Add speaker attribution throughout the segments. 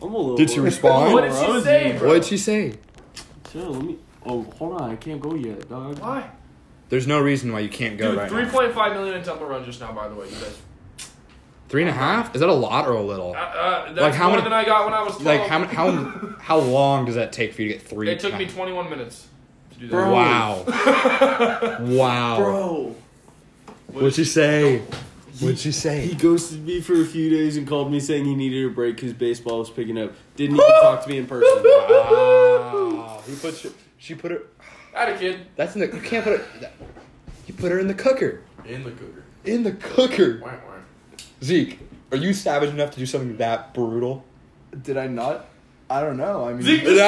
Speaker 1: a little.
Speaker 2: Did she
Speaker 1: worried.
Speaker 2: respond?
Speaker 3: What did she say, bro?
Speaker 2: What did she say?
Speaker 1: Chill, let me. Oh, hold on, I can't go yet, dog.
Speaker 3: Why?
Speaker 2: There's no reason why you can't go
Speaker 3: Dude,
Speaker 2: right
Speaker 3: three
Speaker 2: now.
Speaker 3: point five million in Temple Run just now. By the way, you guys.
Speaker 2: Three and a half? Is that a lot or a little?
Speaker 3: Uh, uh, that's
Speaker 2: Like, how
Speaker 3: more
Speaker 2: many-
Speaker 3: than I got when I was twelve.
Speaker 2: like how how how long does that take for you to get three?
Speaker 3: It took me
Speaker 2: times?
Speaker 3: twenty one minutes to do that.
Speaker 1: Bro.
Speaker 2: Wow. wow.
Speaker 1: Bro,
Speaker 2: What'd she say? What'd she
Speaker 1: he
Speaker 2: say?
Speaker 1: ghosted me for a few days and called me saying he needed a break because baseball was picking up. Didn't even talk to me in person.
Speaker 2: Wow. He put sh- she put her.
Speaker 3: I had a kid
Speaker 2: That's in the. You can't put her. You put her in the cooker.
Speaker 3: in the cougar.
Speaker 2: In the cooker.
Speaker 3: Wah, wah.
Speaker 2: Zeke, are you savage enough to do something that brutal?
Speaker 4: Did I not? I don't know. I mean,
Speaker 3: Zeke just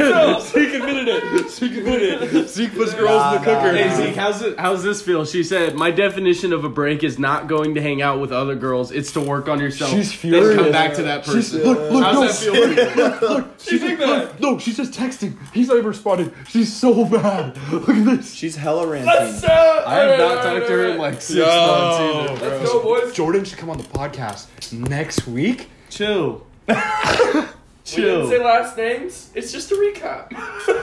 Speaker 2: Nah, Zeke admitted it. Zeke admitted it. Zeke puts girls in the
Speaker 4: Nah,
Speaker 2: cooker.
Speaker 4: nah.
Speaker 1: Hey Zeke, how's it, how's this feel? She said, "My definition of a break is not going to hang out with other girls. It's to work on yourself.
Speaker 2: She's
Speaker 1: Then
Speaker 2: furious.
Speaker 1: come back to that person.
Speaker 2: She's- look, look,
Speaker 3: How's
Speaker 2: no,
Speaker 3: that feel?
Speaker 2: She's
Speaker 3: think that?
Speaker 2: No, she's just texting. He's not even responding. She's so mad. Look at this.
Speaker 4: she's hella ranting.
Speaker 3: Let's, uh,
Speaker 4: I have
Speaker 3: all right,
Speaker 4: not
Speaker 3: all
Speaker 4: talked
Speaker 3: right,
Speaker 4: to her
Speaker 3: all
Speaker 4: in
Speaker 3: right.
Speaker 4: like six
Speaker 2: Yo.
Speaker 4: months either.
Speaker 3: Let's go, boys.
Speaker 2: Jordan should come on the podcast next week.
Speaker 1: Chill,
Speaker 3: We didn't say
Speaker 1: chill.
Speaker 3: last names. It's just a recap.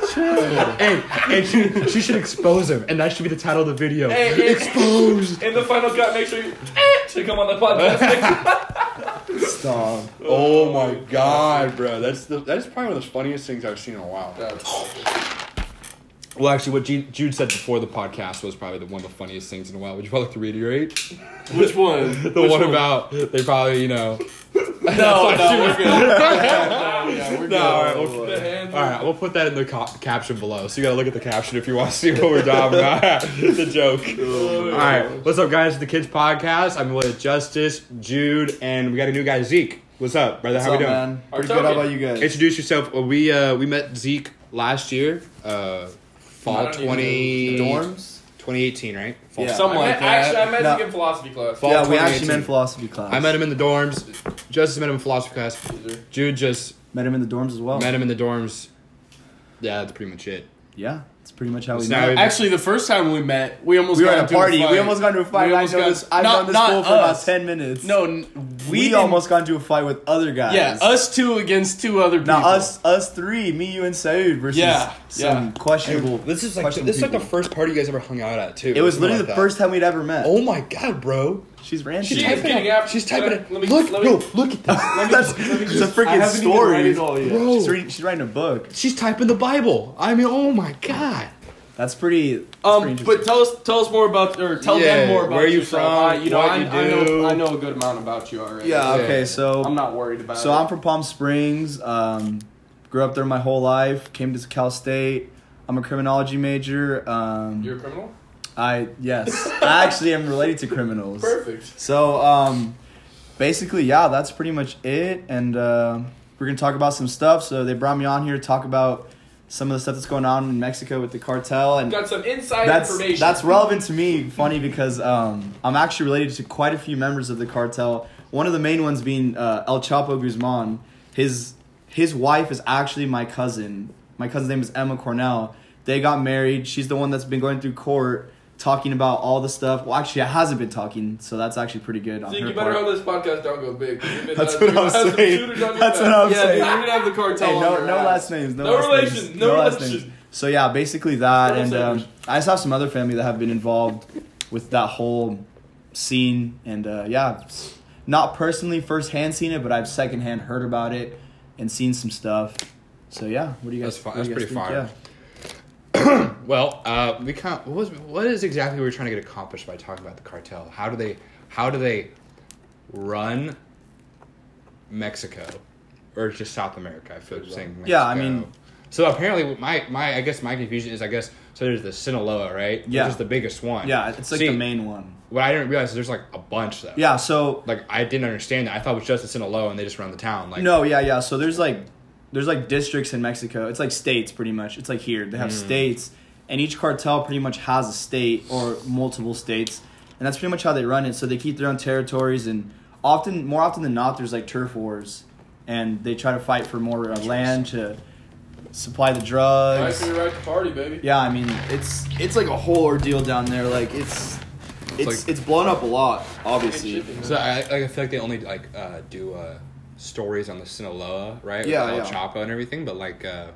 Speaker 2: Hey, and she, she should expose him, and that should be the title of the video.
Speaker 3: Hey, hey.
Speaker 2: Exposed.
Speaker 3: In the final cut, make sure you eh, to come on the podcast. next week.
Speaker 4: Stop.
Speaker 2: Oh my god, bro, that's the that's probably one of the funniest things I've seen in a while. Well, actually, what Jude Jude said before the podcast was probably the, one of the funniest things in a while. Would you probably like to reiterate?
Speaker 1: Which one?
Speaker 2: The one about they probably, you know. no,
Speaker 3: no, we're good.
Speaker 2: no, all right, we'll,
Speaker 3: The hands.
Speaker 2: all right, we'll put that in the co- caption below. So you gotta look at the caption if you want to see what we're talking about. the joke. All right, what's up, guys? The Kids Podcast. I'm with Justice, Jude, and we got a new guy, Zeke. What's up, brother?
Speaker 4: What's
Speaker 2: How
Speaker 4: up,
Speaker 2: we doing?
Speaker 4: man?
Speaker 3: Our
Speaker 4: Pretty good. How
Speaker 3: token.
Speaker 4: about you guys?
Speaker 2: Introduce yourself. Uh, We uh, we met Zeke last year, uh,
Speaker 3: I
Speaker 2: fall
Speaker 3: don't
Speaker 2: 20,
Speaker 3: even
Speaker 4: dorms.
Speaker 2: 2018, right? Fall.
Speaker 3: I
Speaker 4: Yeah. Something
Speaker 2: Something
Speaker 3: met,
Speaker 2: like that.
Speaker 3: Actually, I met
Speaker 4: No.
Speaker 3: Zeke in philosophy class.
Speaker 2: Fall
Speaker 4: yeah, we
Speaker 2: 2018.
Speaker 4: actually met in philosophy class.
Speaker 2: I met him in the dorms. Justice met him in philosophy class. Jude just
Speaker 4: Met him in the dorms as well.
Speaker 2: met him in the dorms. Yeah, that's pretty much it.
Speaker 4: Yeah, that's pretty much how we
Speaker 2: So
Speaker 4: met.
Speaker 2: now we-
Speaker 1: Actually, the first time we met, we almost
Speaker 4: we were
Speaker 1: got
Speaker 4: at a
Speaker 1: into
Speaker 4: party.
Speaker 1: fight.
Speaker 4: We almost got into a fight.
Speaker 1: We
Speaker 4: and I
Speaker 1: almost
Speaker 4: know
Speaker 1: got-
Speaker 4: this. I've
Speaker 1: Not-
Speaker 4: known this
Speaker 1: not
Speaker 4: fool for about
Speaker 1: us.
Speaker 4: ten minutes.
Speaker 1: No, n- we,
Speaker 4: we,
Speaker 1: didn't-
Speaker 4: almost got into a fight with other guys.
Speaker 1: Yeah, us two against two other people.
Speaker 4: Now us, us three, me, you, and Saud versus
Speaker 1: Yeah,
Speaker 4: some
Speaker 1: yeah.
Speaker 4: questionable.
Speaker 2: This is like
Speaker 4: questionable
Speaker 2: this is like the
Speaker 4: people.
Speaker 2: first party you guys ever hung out at too.
Speaker 4: It was
Speaker 2: Something
Speaker 4: literally
Speaker 2: like
Speaker 4: the
Speaker 2: that.
Speaker 4: first time we'd ever met.
Speaker 2: Oh my god, bro!
Speaker 4: she's ranting.
Speaker 3: She is
Speaker 2: Typing
Speaker 3: getting
Speaker 2: it-
Speaker 3: after-
Speaker 2: She's typing it.
Speaker 3: let me-
Speaker 2: look,
Speaker 3: let me-
Speaker 2: bro, look at that.
Speaker 4: That's, it's a
Speaker 1: I
Speaker 4: freaking
Speaker 1: haven't even read
Speaker 4: story.
Speaker 1: it all yet. Oh.
Speaker 2: Bro.
Speaker 4: She's, reading, she's writing a book.
Speaker 2: She's typing the Bible. I mean, oh my god.
Speaker 4: That's pretty. That's
Speaker 1: Um,
Speaker 4: pretty
Speaker 1: but tell us, tell us more about, or tell
Speaker 2: Yeah,
Speaker 1: them more about
Speaker 2: where you
Speaker 1: yourself.
Speaker 2: from,
Speaker 1: I, you know,
Speaker 2: what
Speaker 1: I,
Speaker 2: you
Speaker 1: I know,
Speaker 2: do.
Speaker 1: I know a good amount about you already.
Speaker 4: yeah.
Speaker 2: Yeah.
Speaker 4: Okay. So
Speaker 1: I'm not worried about.
Speaker 4: So
Speaker 1: it.
Speaker 4: I'm from Palm Springs. Um, grew up there my whole life. Came to Cal State. I'm a criminology major. Um,
Speaker 3: You're a criminal?
Speaker 4: I yes, I actually am related to criminals.
Speaker 3: Perfect.
Speaker 4: So um, basically, yeah, that's pretty much it. And uh, we're gonna talk about some stuff. So they brought me on here to talk about some of the stuff that's going on in Mexico with the cartel and.
Speaker 3: Got some inside
Speaker 4: That's
Speaker 3: information.
Speaker 4: that's relevant to me. Funny because um, I'm actually related to quite a few members of the cartel. One of the main ones being uh, El Chapo Guzman. His his wife is actually my cousin. My cousin's name is Emma Cornell. They got married. She's the one that's been going through court talking about all the stuff. Well, actually, it hasn't been talking, so that's actually pretty good on
Speaker 3: Zeke,
Speaker 4: her
Speaker 3: you better
Speaker 4: part.
Speaker 3: hope this podcast don't go big. You've been,
Speaker 4: That's
Speaker 3: uh,
Speaker 4: what
Speaker 3: you
Speaker 4: I'm
Speaker 3: have some
Speaker 4: saying.
Speaker 3: shooters on your
Speaker 4: That's
Speaker 3: back.
Speaker 4: what I'm
Speaker 1: yeah,
Speaker 4: saying.
Speaker 1: dude, we're gonna have the cartel.
Speaker 4: Hey,
Speaker 1: on
Speaker 4: no,
Speaker 1: your
Speaker 4: no
Speaker 1: ass.
Speaker 4: last names. No,
Speaker 3: No
Speaker 4: last
Speaker 3: relation,
Speaker 4: Names,
Speaker 3: no
Speaker 4: last
Speaker 3: relation.
Speaker 4: names. So yeah, basically that,
Speaker 3: No
Speaker 4: and um,
Speaker 3: relation.
Speaker 4: I just have some other family that have been involved with that whole scene, and uh, yeah, it's not personally firsthand seen it, but I've secondhand heard about it and seen some stuff. So yeah, what do you guys?
Speaker 2: That's fi-
Speaker 4: what do
Speaker 2: that's
Speaker 4: you guys
Speaker 2: pretty
Speaker 4: think?
Speaker 2: fire.
Speaker 4: Yeah.
Speaker 2: Well, uh, we can What was? What is exactly we were trying to get accomplished by talking about the cartel? How do they? How do they run Mexico or just South America? I feel like saying Mexico.
Speaker 4: Yeah, I mean-
Speaker 2: So apparently, my my I guess my confusion is I guess so. There's the Sinaloa, right?
Speaker 4: Yeah.
Speaker 2: which is the biggest one.
Speaker 4: yeah, it's like
Speaker 2: See,
Speaker 4: the main one.
Speaker 2: What I didn't realize is there's like a bunch though.
Speaker 4: Yeah, so
Speaker 2: Like I didn't understand that. I thought it was just the Sinaloa, and they just run the town. Like
Speaker 4: No, yeah, yeah. So there's like there's like districts in Mexico. It's like states pretty much. It's like here. They have
Speaker 2: Hmm.
Speaker 4: states and each cartel pretty much has a state or multiple states. And that's pretty much how they run it. So they keep their own territories and often more often than not there's like turf wars and they try to fight for more uh, land to supply the
Speaker 3: Nice
Speaker 4: drugs.
Speaker 3: to be right to party, baby.
Speaker 4: Yeah, I mean, it's it's like a whole ordeal down there. Like it's it's
Speaker 2: like-
Speaker 4: it's blown up a lot,
Speaker 3: Ain't
Speaker 4: obviously.
Speaker 3: shipping, man.
Speaker 2: So I, I feel like they only like uh, do uh, stories on the Sinaloa, right?
Speaker 4: Yeah,
Speaker 2: With El
Speaker 4: yeah.
Speaker 2: Chapo and everything, but like, uh,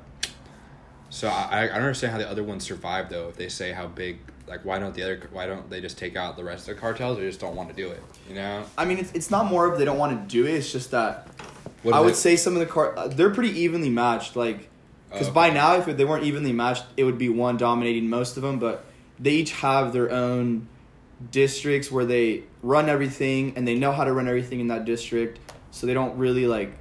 Speaker 2: so I, I I don't understand how the other ones survive though. If they say how big, like, why don't the other, why don't they just take out the rest of the cartels? They just don't want to do it, you know?
Speaker 4: I mean, it's, it's not more of they don't want to do it. It's just that
Speaker 2: What
Speaker 4: I
Speaker 2: do
Speaker 4: would
Speaker 2: they-
Speaker 4: say some of the car uh, they're pretty evenly matched. Like, because
Speaker 2: Oh,
Speaker 4: by now, if they weren't evenly matched, it would be one dominating most of them. But they each have their own districts where they run everything and they know how to run everything in that district. So they don't really like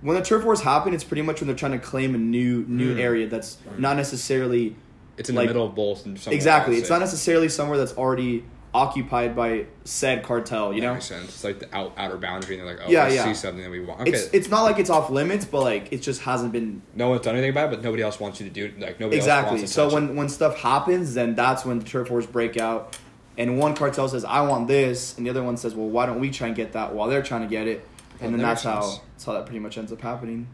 Speaker 4: when the turf wars happen. It's pretty much when they're trying to claim a new new
Speaker 2: Mm.
Speaker 4: area that's not necessarily
Speaker 2: it's in
Speaker 4: like-
Speaker 2: the middle of both. and somewhere
Speaker 4: exactly.
Speaker 2: else,
Speaker 4: It's
Speaker 2: it-
Speaker 4: not necessarily somewhere that's already occupied by said cartel. You
Speaker 2: that
Speaker 4: know.
Speaker 2: makes sense. It's like the out, outer boundary, and they're like, oh,
Speaker 4: Yeah,
Speaker 2: I
Speaker 4: yeah.
Speaker 2: see something that we want. Okay,
Speaker 4: It's it's not like it's off limits, but like it just hasn't been
Speaker 2: no one's done anything about it, but nobody else wants you to do it. Like nobody else
Speaker 4: exactly.
Speaker 2: wants to
Speaker 4: So
Speaker 2: touch
Speaker 4: when when stuff happens, then that's when the turf wars break out, and one cartel says, "I want this," and the other one says, "Well, why don't we try and get that while they're trying to get it?" And
Speaker 2: Oh,
Speaker 4: then
Speaker 2: that
Speaker 4: that's
Speaker 2: makes
Speaker 4: how
Speaker 2: sense.
Speaker 4: that's how that pretty much ends up happening.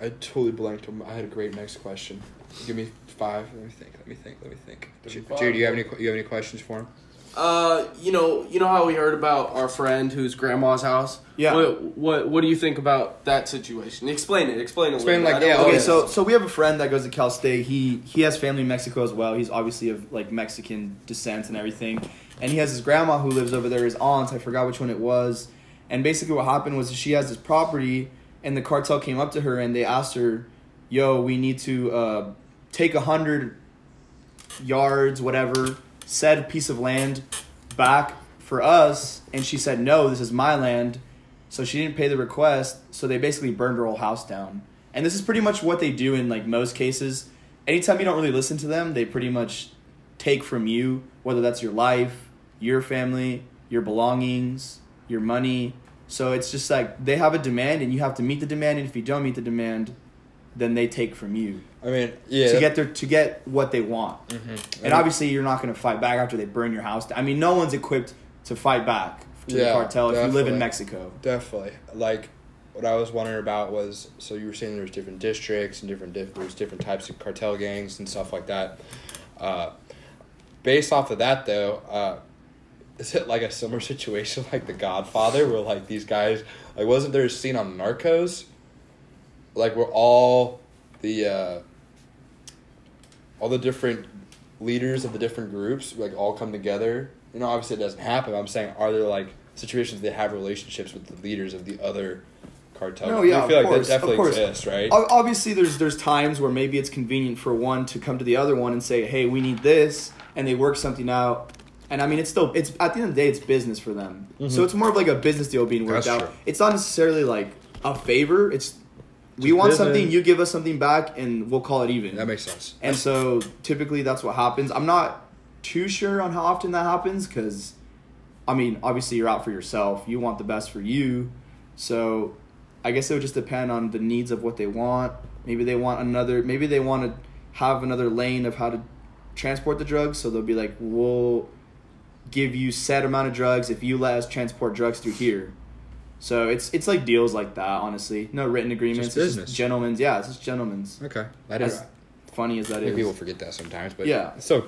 Speaker 2: I totally blanked. on- I had a great next question. Give me five. Let me think. Let me think. Let me think.
Speaker 3: Give me
Speaker 2: Ju-
Speaker 3: five.
Speaker 2: Jude, do you have any que- you have any questions for him?
Speaker 1: Uh, you know, you know how we heard about our friend whose grandma's house.
Speaker 4: Yeah.
Speaker 1: What what, what do you think about that situation? Explain it. Explain it. a
Speaker 2: Explain,
Speaker 1: little bit.
Speaker 2: like,
Speaker 1: I
Speaker 2: yeah,
Speaker 1: don't
Speaker 2: okay,
Speaker 4: Okay,
Speaker 1: know.
Speaker 4: so so we have a friend that goes to Cal State. He he has family in Mexico as well. He's obviously of like Mexican descent and everything. And he has his grandma who lives over there, his aunt, I forgot which one it was. And basically what happened was she has this property and the cartel came up to her and they asked her, Yo, we need to uh, take a hundred yards, whatever, said piece of land back for us. And she said, no, this is my land. So she didn't pay the request. So they basically burned her whole house down. And this is pretty much what they do in like most cases. Anytime you don't really listen to them, they pretty much take from you, whether that's your life, your family, your belongings, your money. So it's just like they have a demand and you have to meet the demand. And if you don't meet the demand, then they take from you
Speaker 2: I mean, yeah.
Speaker 4: to get their to get what they want. And
Speaker 2: Mhm.
Speaker 4: obviously, you're not going to fight back after they burn your house. down. I mean, no one's equipped to fight back to the
Speaker 2: Yeah,
Speaker 4: cartel if you live
Speaker 2: definitely.
Speaker 4: in Mexico.
Speaker 2: Definitely. Like what I was wondering about was so you were saying there's different districts and different diff- there's different types of cartel gangs and stuff like that. Uh, based off of that though, uh, is it like a similar situation like The Godfather where like these guys like wasn't there a scene on Narcos? Like where all the uh, all the different leaders of the different groups like all come together. You know, obviously it doesn't happen. but I'm saying, are there like situations they have relationships with the leaders of the other cartel?
Speaker 4: No,
Speaker 2: groups?
Speaker 4: yeah,
Speaker 2: I feel
Speaker 4: of
Speaker 2: like
Speaker 4: course,
Speaker 2: that definitely
Speaker 4: of course.
Speaker 2: exists, right?
Speaker 4: Ob- Obviously, there's there's times where maybe it's convenient for one to come to the other one and say, "Hey, we need this," and they work something out. And I mean, it's still it's at the end of the day, it's business for them. So it's more of like a business deal being worked
Speaker 2: Mm-hmm. That's
Speaker 4: out.
Speaker 2: true.
Speaker 4: It's not necessarily like a favor. It's we
Speaker 1: It's
Speaker 4: want
Speaker 1: business.
Speaker 4: something, you give us something back, and we'll call it even.
Speaker 2: That makes sense.
Speaker 4: And so typically that's what happens. I'm not too sure on how often that happens because, I mean, obviously you're out for yourself. You want the best for you. So I guess it would just depend on the needs of what they want. Maybe they want another, maybe they want to have another lane of how to transport the drugs. So they'll be like, we'll give you set amount of drugs if you let us transport drugs through here. So it's it's like deals like that, honestly. No written agreements. It's
Speaker 2: business.
Speaker 4: just gentlemen's. Yeah, it's just gentlemen's.
Speaker 2: Okay, that is.
Speaker 4: As funny as that
Speaker 2: I think people
Speaker 4: is.
Speaker 2: forget that sometimes, but
Speaker 4: Yeah.
Speaker 2: So,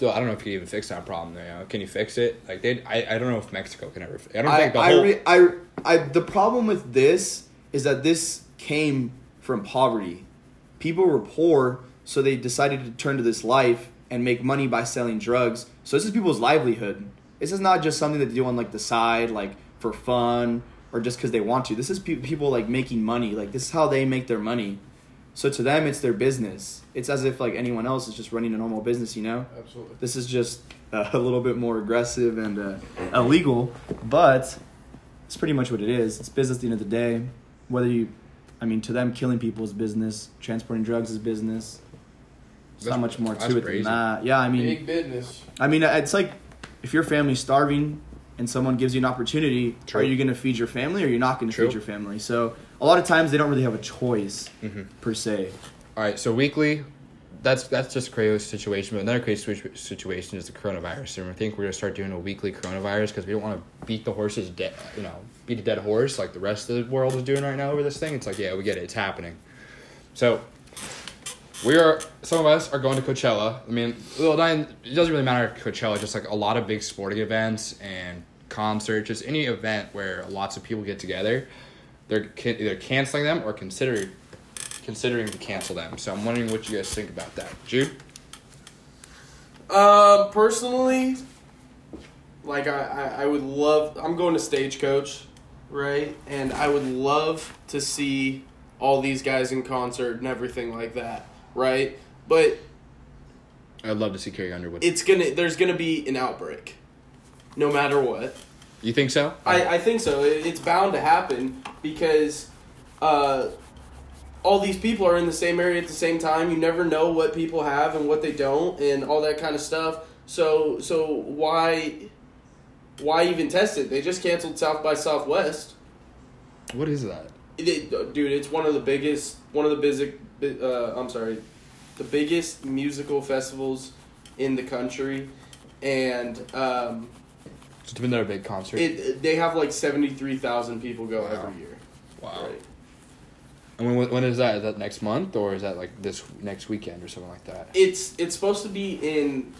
Speaker 2: so I don't know if you can even fix that problem. You know? Can you fix it? Like they, I, I don't know if Mexico can ever. I don't
Speaker 4: I,
Speaker 2: think the
Speaker 4: I,
Speaker 2: whole.
Speaker 4: re- I, I, the problem with this is that this came from poverty. People were poor, so they decided to turn to this life and make money by selling drugs. So this is people's livelihood. This is not just something that they do on like the side, like for fun or just because they want to. This is pe- people like making money. Like this is how they make their money. So to them, it's their business. It's as if like anyone else is just running a normal business, you know.
Speaker 3: Absolutely.
Speaker 4: This is just uh, a little bit more aggressive and uh, illegal, but it's pretty much what it is. It's business at the end of the day. Whether you, I mean, to them, killing people is business. Transporting drugs is business. There's not
Speaker 2: That's-
Speaker 4: much more
Speaker 2: that's
Speaker 4: to it
Speaker 2: crazy.
Speaker 4: than that. Yeah, I mean,
Speaker 3: Big business.
Speaker 4: I mean, uh, it's like if your family's starving and someone gives you an opportunity,
Speaker 2: True.
Speaker 4: are you going to feed your family or you're not going to
Speaker 2: True.
Speaker 4: feed your family? So a lot of times they don't really have a choice
Speaker 2: Mm-hmm.
Speaker 4: per se.
Speaker 2: All right, so weekly, that's that's just a crazy situation. But another crazy situ- situation is the coronavirus, and I think we're gonna start doing a weekly coronavirus because we don't want to beat the horses dead, you know, beat a dead horse like the rest of the world is doing right now over this thing. It's like, yeah, we get it, it's happening. So we are some of us are going to Coachella. I mean, Lil Nine it doesn't really matter if Coachella, just like a lot of big sporting events and concerts, just any event where lots of people get together. there- They're can, either canceling them or considering considering to cancel them. So I'm wondering what you guys think about that, Jude.
Speaker 5: Um, personally, like I, I, I would love. I'm going to Stagecoach, right? And I would love to see all these guys in concert and everything like that, right? But
Speaker 2: I'd love to see Carrie Underwood.
Speaker 5: it's gonna. There's gonna be an outbreak, no matter what.
Speaker 2: you think so?
Speaker 5: I, I think so. It, it's bound to happen because uh, all these people are in the same area at the same time. You never know what people have and what they don't, and all that kind of stuff. So so why why even test it? They just canceled South by Southwest.
Speaker 2: what is that?
Speaker 5: It, it- dude, it's one of the biggest one of the busy, bi- uh, I'm sorry, the biggest musical festivals in the country, and. Um,
Speaker 2: It's been their big concert.
Speaker 5: it, they have like 73,000 people go
Speaker 2: Wow.
Speaker 5: every year.
Speaker 2: wow.
Speaker 5: Right.
Speaker 2: And when, when is that? Is that next month or is that like this next weekend or something like that?
Speaker 5: It's it's supposed to be in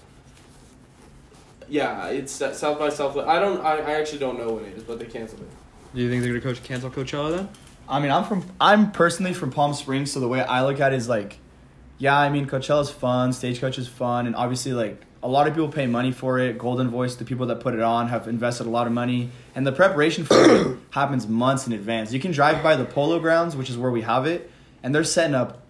Speaker 5: Yeah, it's at South by Southwest. I don't I, I actually don't know when it is, but they canceled it.
Speaker 2: Do you think they're gonna coach cancel Coachella then?
Speaker 4: I mean, I'm from I'm personally from Palm Springs, so the way I look at it is like, yeah, I mean, Coachella's fun, Stagecoach is fun, and obviously like a lot of people pay money for it. Golden Voice, the people that put it on, have invested a lot of money, and the preparation for it happens months in advance. You can drive by the Polo Grounds, which is where we have it, and they're setting up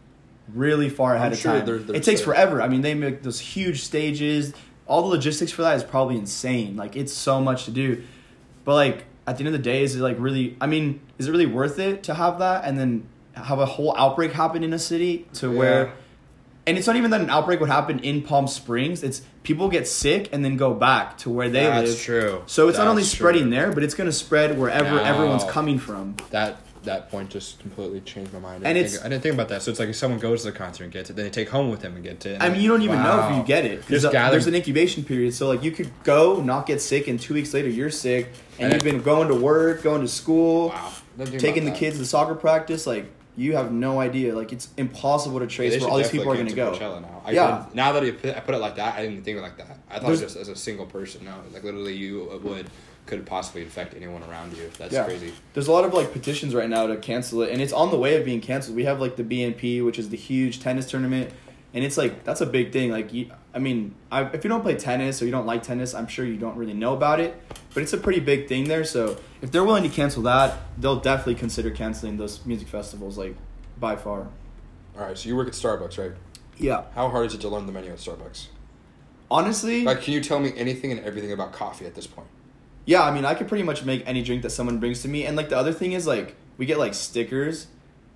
Speaker 4: really far ahead
Speaker 2: I'm
Speaker 4: of
Speaker 2: sure
Speaker 4: time.
Speaker 2: they're- they're
Speaker 4: it takes
Speaker 2: set.
Speaker 4: forever. I mean, they make those huge stages. All the logistics for that is probably insane. Like it's so much to do. But like at the end of the day, is it like really? I mean, is it really worth it to have that and then have a whole outbreak happen in a city to
Speaker 2: Yeah.
Speaker 4: where? And it's not even that an outbreak would happen in Palm Springs. It's people get sick and then go back to where they
Speaker 2: That's
Speaker 4: live.
Speaker 2: true.
Speaker 4: So it's not
Speaker 2: That's
Speaker 4: only spreading
Speaker 2: true.
Speaker 4: there, but it's going to spread wherever
Speaker 2: No.
Speaker 4: everyone's coming from.
Speaker 2: That that point just completely changed my mind. I
Speaker 4: And
Speaker 2: didn't
Speaker 4: it's-
Speaker 2: think, I didn't think about that. So it's like if someone goes to the concert and gets it, then they take home with them and get it.
Speaker 4: I mean, you don't even know
Speaker 2: Wow.
Speaker 4: if you get it because
Speaker 2: Just gather-
Speaker 4: there's an incubation period. So like, you could go, not get sick, and two weeks later you're sick,
Speaker 2: And
Speaker 4: and, you've been going to work, going to school,
Speaker 2: Wow. Don't think
Speaker 4: taking the
Speaker 2: about that.
Speaker 4: kids to soccer practice. Like, you have no idea. Like, it's impossible to
Speaker 2: Yeah,
Speaker 4: trace
Speaker 2: they
Speaker 4: where
Speaker 2: should
Speaker 4: all these people are going to
Speaker 2: definitely
Speaker 4: go.
Speaker 2: cancel Coachella now. I
Speaker 4: Yeah.
Speaker 2: didn't- now that you put, I put it like that, I didn't think of it like that. I thought
Speaker 4: There's-
Speaker 2: just as a single person. No, like literally, you would could possibly infect anyone around you. That's
Speaker 4: Yeah.
Speaker 2: crazy.
Speaker 4: There's a lot of like petitions right now to cancel it, and it's on the way of being canceled. We have like the BNP, which is the huge tennis tournament, and it's like that's a big thing. Like, you, I mean, I, if you don't play tennis or you don't like tennis, I'm sure you don't really know about it, but it's a pretty big thing there. So if they're willing to cancel that, they'll definitely consider canceling those music festivals, like by far.
Speaker 2: All right, so you work at Starbucks, right?
Speaker 4: Yeah,
Speaker 2: How hard is it to learn the menu at Starbucks?
Speaker 4: honestly,
Speaker 2: Like, can you tell me anything and everything about coffee at this point?
Speaker 4: Yeah, I mean, I could pretty much make any drink that someone brings to me. And like the other thing is like we get like stickers,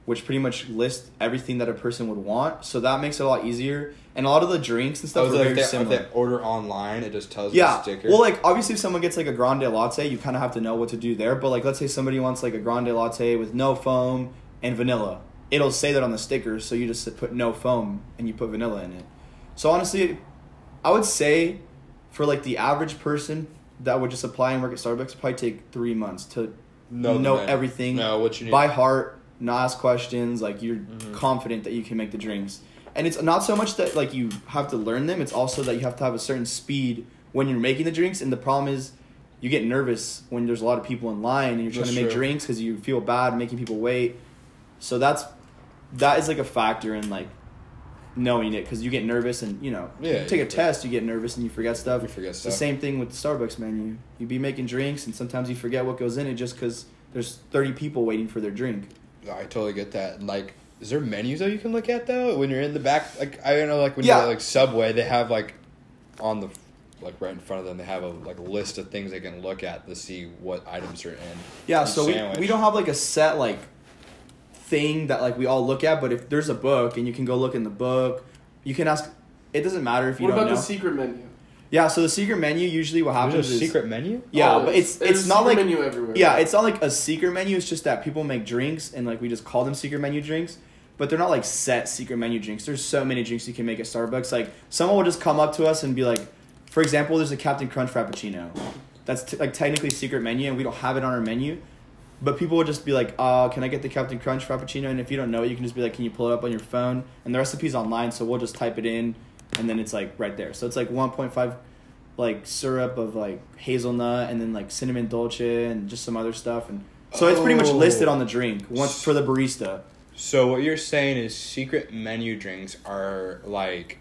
Speaker 4: which pretty much list everything that a person would want. So that makes it a lot easier. And a lot of the drinks and
Speaker 2: Oh,
Speaker 4: stuff
Speaker 2: is
Speaker 4: are
Speaker 2: it like
Speaker 4: very
Speaker 2: they, if
Speaker 4: similar.
Speaker 2: they order online, it just tells you
Speaker 4: yeah.
Speaker 2: the sticker.
Speaker 4: Well, like obviously, if someone gets like a grande latte, you kind of have to know what to do there. But like, let's say somebody wants like a grande latte with no foam and vanilla. It'll say that on the sticker, so you just put no foam and you put vanilla in it. So honestly, I would say for like the average person that would just apply and work at Starbucks, it'd probably take three months to
Speaker 2: Know
Speaker 4: know,
Speaker 2: the menu.
Speaker 4: everything.
Speaker 2: Know what you Mm-hmm. need.
Speaker 4: by heart, not ask questions. Like you're confident that you can make the drinks, and it's not so much that like you have to learn them. It's also that you have to have a certain speed when you're making the drinks. And the problem is, you get nervous when there's a lot of people in line and you're trying
Speaker 2: That's
Speaker 4: to make
Speaker 2: true.
Speaker 4: drinks because you feel bad making people wait. So that's that is like a factor in like knowing it because you get nervous and you know
Speaker 2: Yeah,
Speaker 4: you take
Speaker 2: you
Speaker 4: a
Speaker 2: forget.
Speaker 4: test you get nervous and you forget stuff
Speaker 2: You forget
Speaker 4: It's
Speaker 2: stuff.
Speaker 4: the same thing with the starbucks menu you be making drinks and sometimes you forget what goes in it just because there's 30 people waiting for their drink
Speaker 2: I totally get that. Like, is there menus that you can look at though when you're in the back? Like, I don't know, like when
Speaker 4: Yeah.
Speaker 2: you're at, like Subway, they have like on the like right in front of them, they have a like list of things they can look at to see what items are in.
Speaker 4: yeah
Speaker 2: each
Speaker 4: so
Speaker 2: sandwich.
Speaker 4: we, we don't have like a set like thing that like we all look at but if there's a book and you can go look in the book you can ask it doesn't matter if you
Speaker 5: What
Speaker 4: don't
Speaker 5: about the
Speaker 4: know
Speaker 5: secret menu?
Speaker 4: yeah so the secret menu usually what
Speaker 2: There's a
Speaker 4: happens is
Speaker 2: secret menu.
Speaker 4: yeah
Speaker 5: Oh,
Speaker 4: but it's
Speaker 5: there's
Speaker 4: it's
Speaker 5: a
Speaker 4: not
Speaker 5: secret
Speaker 4: like
Speaker 5: menu everywhere.
Speaker 4: Yeah, it's not like a secret menu. It's just that people make drinks and like we just call them secret menu drinks, but they're not like set secret menu drinks. There's so many drinks you can make at Starbucks. Like someone will just come up to us and be like, for example, there's a Captain Crunch Frappuccino. That's t- like technically secret menu, and we don't have it on our menu. But people will just be like, uh, can I get the Captain Crunch Frappuccino? And if you don't know it, you can just be like, can you pull it up on your phone? And the recipe's online, so we'll just type it in, and then it's like right there. So it's like 1.5 like syrup of like hazelnut and then like cinnamon dolce and just some other stuff and So it's pretty much
Speaker 2: Oh.
Speaker 4: listed on the drink once for the barista.
Speaker 2: So what you're saying is secret menu drinks are like,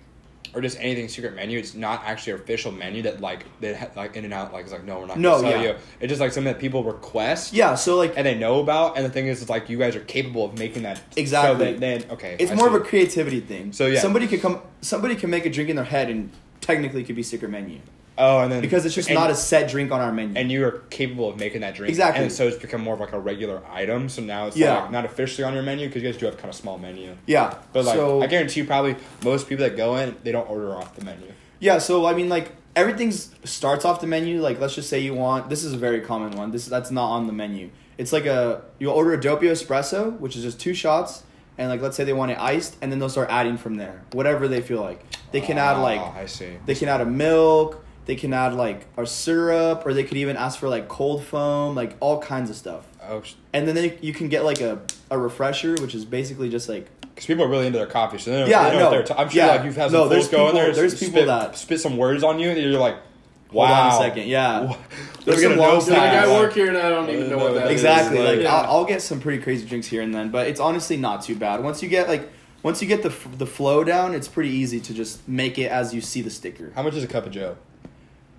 Speaker 2: or just anything secret menu. It's not actually an official menu that like they ha- like In and Out like is like no we're not
Speaker 4: No,
Speaker 2: gonna sell
Speaker 4: yeah.
Speaker 2: you. It's just like something that people request.
Speaker 4: Yeah, so like
Speaker 2: And they know about, and the thing is, it's like you guys are capable of making that so
Speaker 4: Exactly.
Speaker 2: that then okay,
Speaker 4: it's
Speaker 2: I
Speaker 4: more of
Speaker 2: see.
Speaker 4: a creativity thing.
Speaker 2: So, yeah.
Speaker 4: somebody could come, somebody can make a drink in their head and technically could be secret menu
Speaker 2: oh, and then
Speaker 4: because it's just
Speaker 2: and-
Speaker 4: not a set drink on our menu.
Speaker 2: and you are capable of making that drink
Speaker 4: Exactly.
Speaker 2: and so it's become more of like a regular item. So now it's
Speaker 4: Yeah.
Speaker 2: like not officially on your menu because you guys do have kind of small menu.
Speaker 4: yeah,
Speaker 2: But like,
Speaker 4: so,
Speaker 2: I guarantee you, probably most people that go in, they don't order off the menu.
Speaker 4: Yeah, so I mean, like everything's starts off the menu. Like, let's just say you want this is a very common one. This that's not on the menu. It's like a you order a doppio espresso, which is just two shots, and like let's say they want it iced, and then they'll start adding from there, whatever they feel like. They can add
Speaker 2: Ah,
Speaker 4: like
Speaker 2: I see.
Speaker 4: they can add a milk, they can add like a syrup, or they could even ask for like cold foam, like all kinds of stuff.
Speaker 2: Oh, because
Speaker 4: And then they, you can get like a a refresher, which is basically just like
Speaker 2: people are really into their coffee, so they don't,
Speaker 4: Yeah,
Speaker 2: they know what
Speaker 4: no.
Speaker 2: they're ta- I'm sure
Speaker 4: Yeah.
Speaker 2: like you've had
Speaker 4: No,
Speaker 2: some
Speaker 4: there's
Speaker 2: fools go in there.
Speaker 4: people- there's people
Speaker 2: spit,
Speaker 4: that-
Speaker 2: spit some words on you, and you're like, wow.
Speaker 4: hold on a second, yeah.
Speaker 2: There's
Speaker 4: There's
Speaker 2: some
Speaker 4: some lobster-
Speaker 5: Like, I
Speaker 4: Yeah.
Speaker 5: work here and I don't even know what that is.
Speaker 4: exactly. Like
Speaker 5: Yeah.
Speaker 4: I'll, I'll get some pretty crazy drinks here and then, but it's honestly not too bad. Once you get like once you get the f- the flow down, it's pretty easy to just make it as you see the sticker.
Speaker 2: How much is a cup of Joe?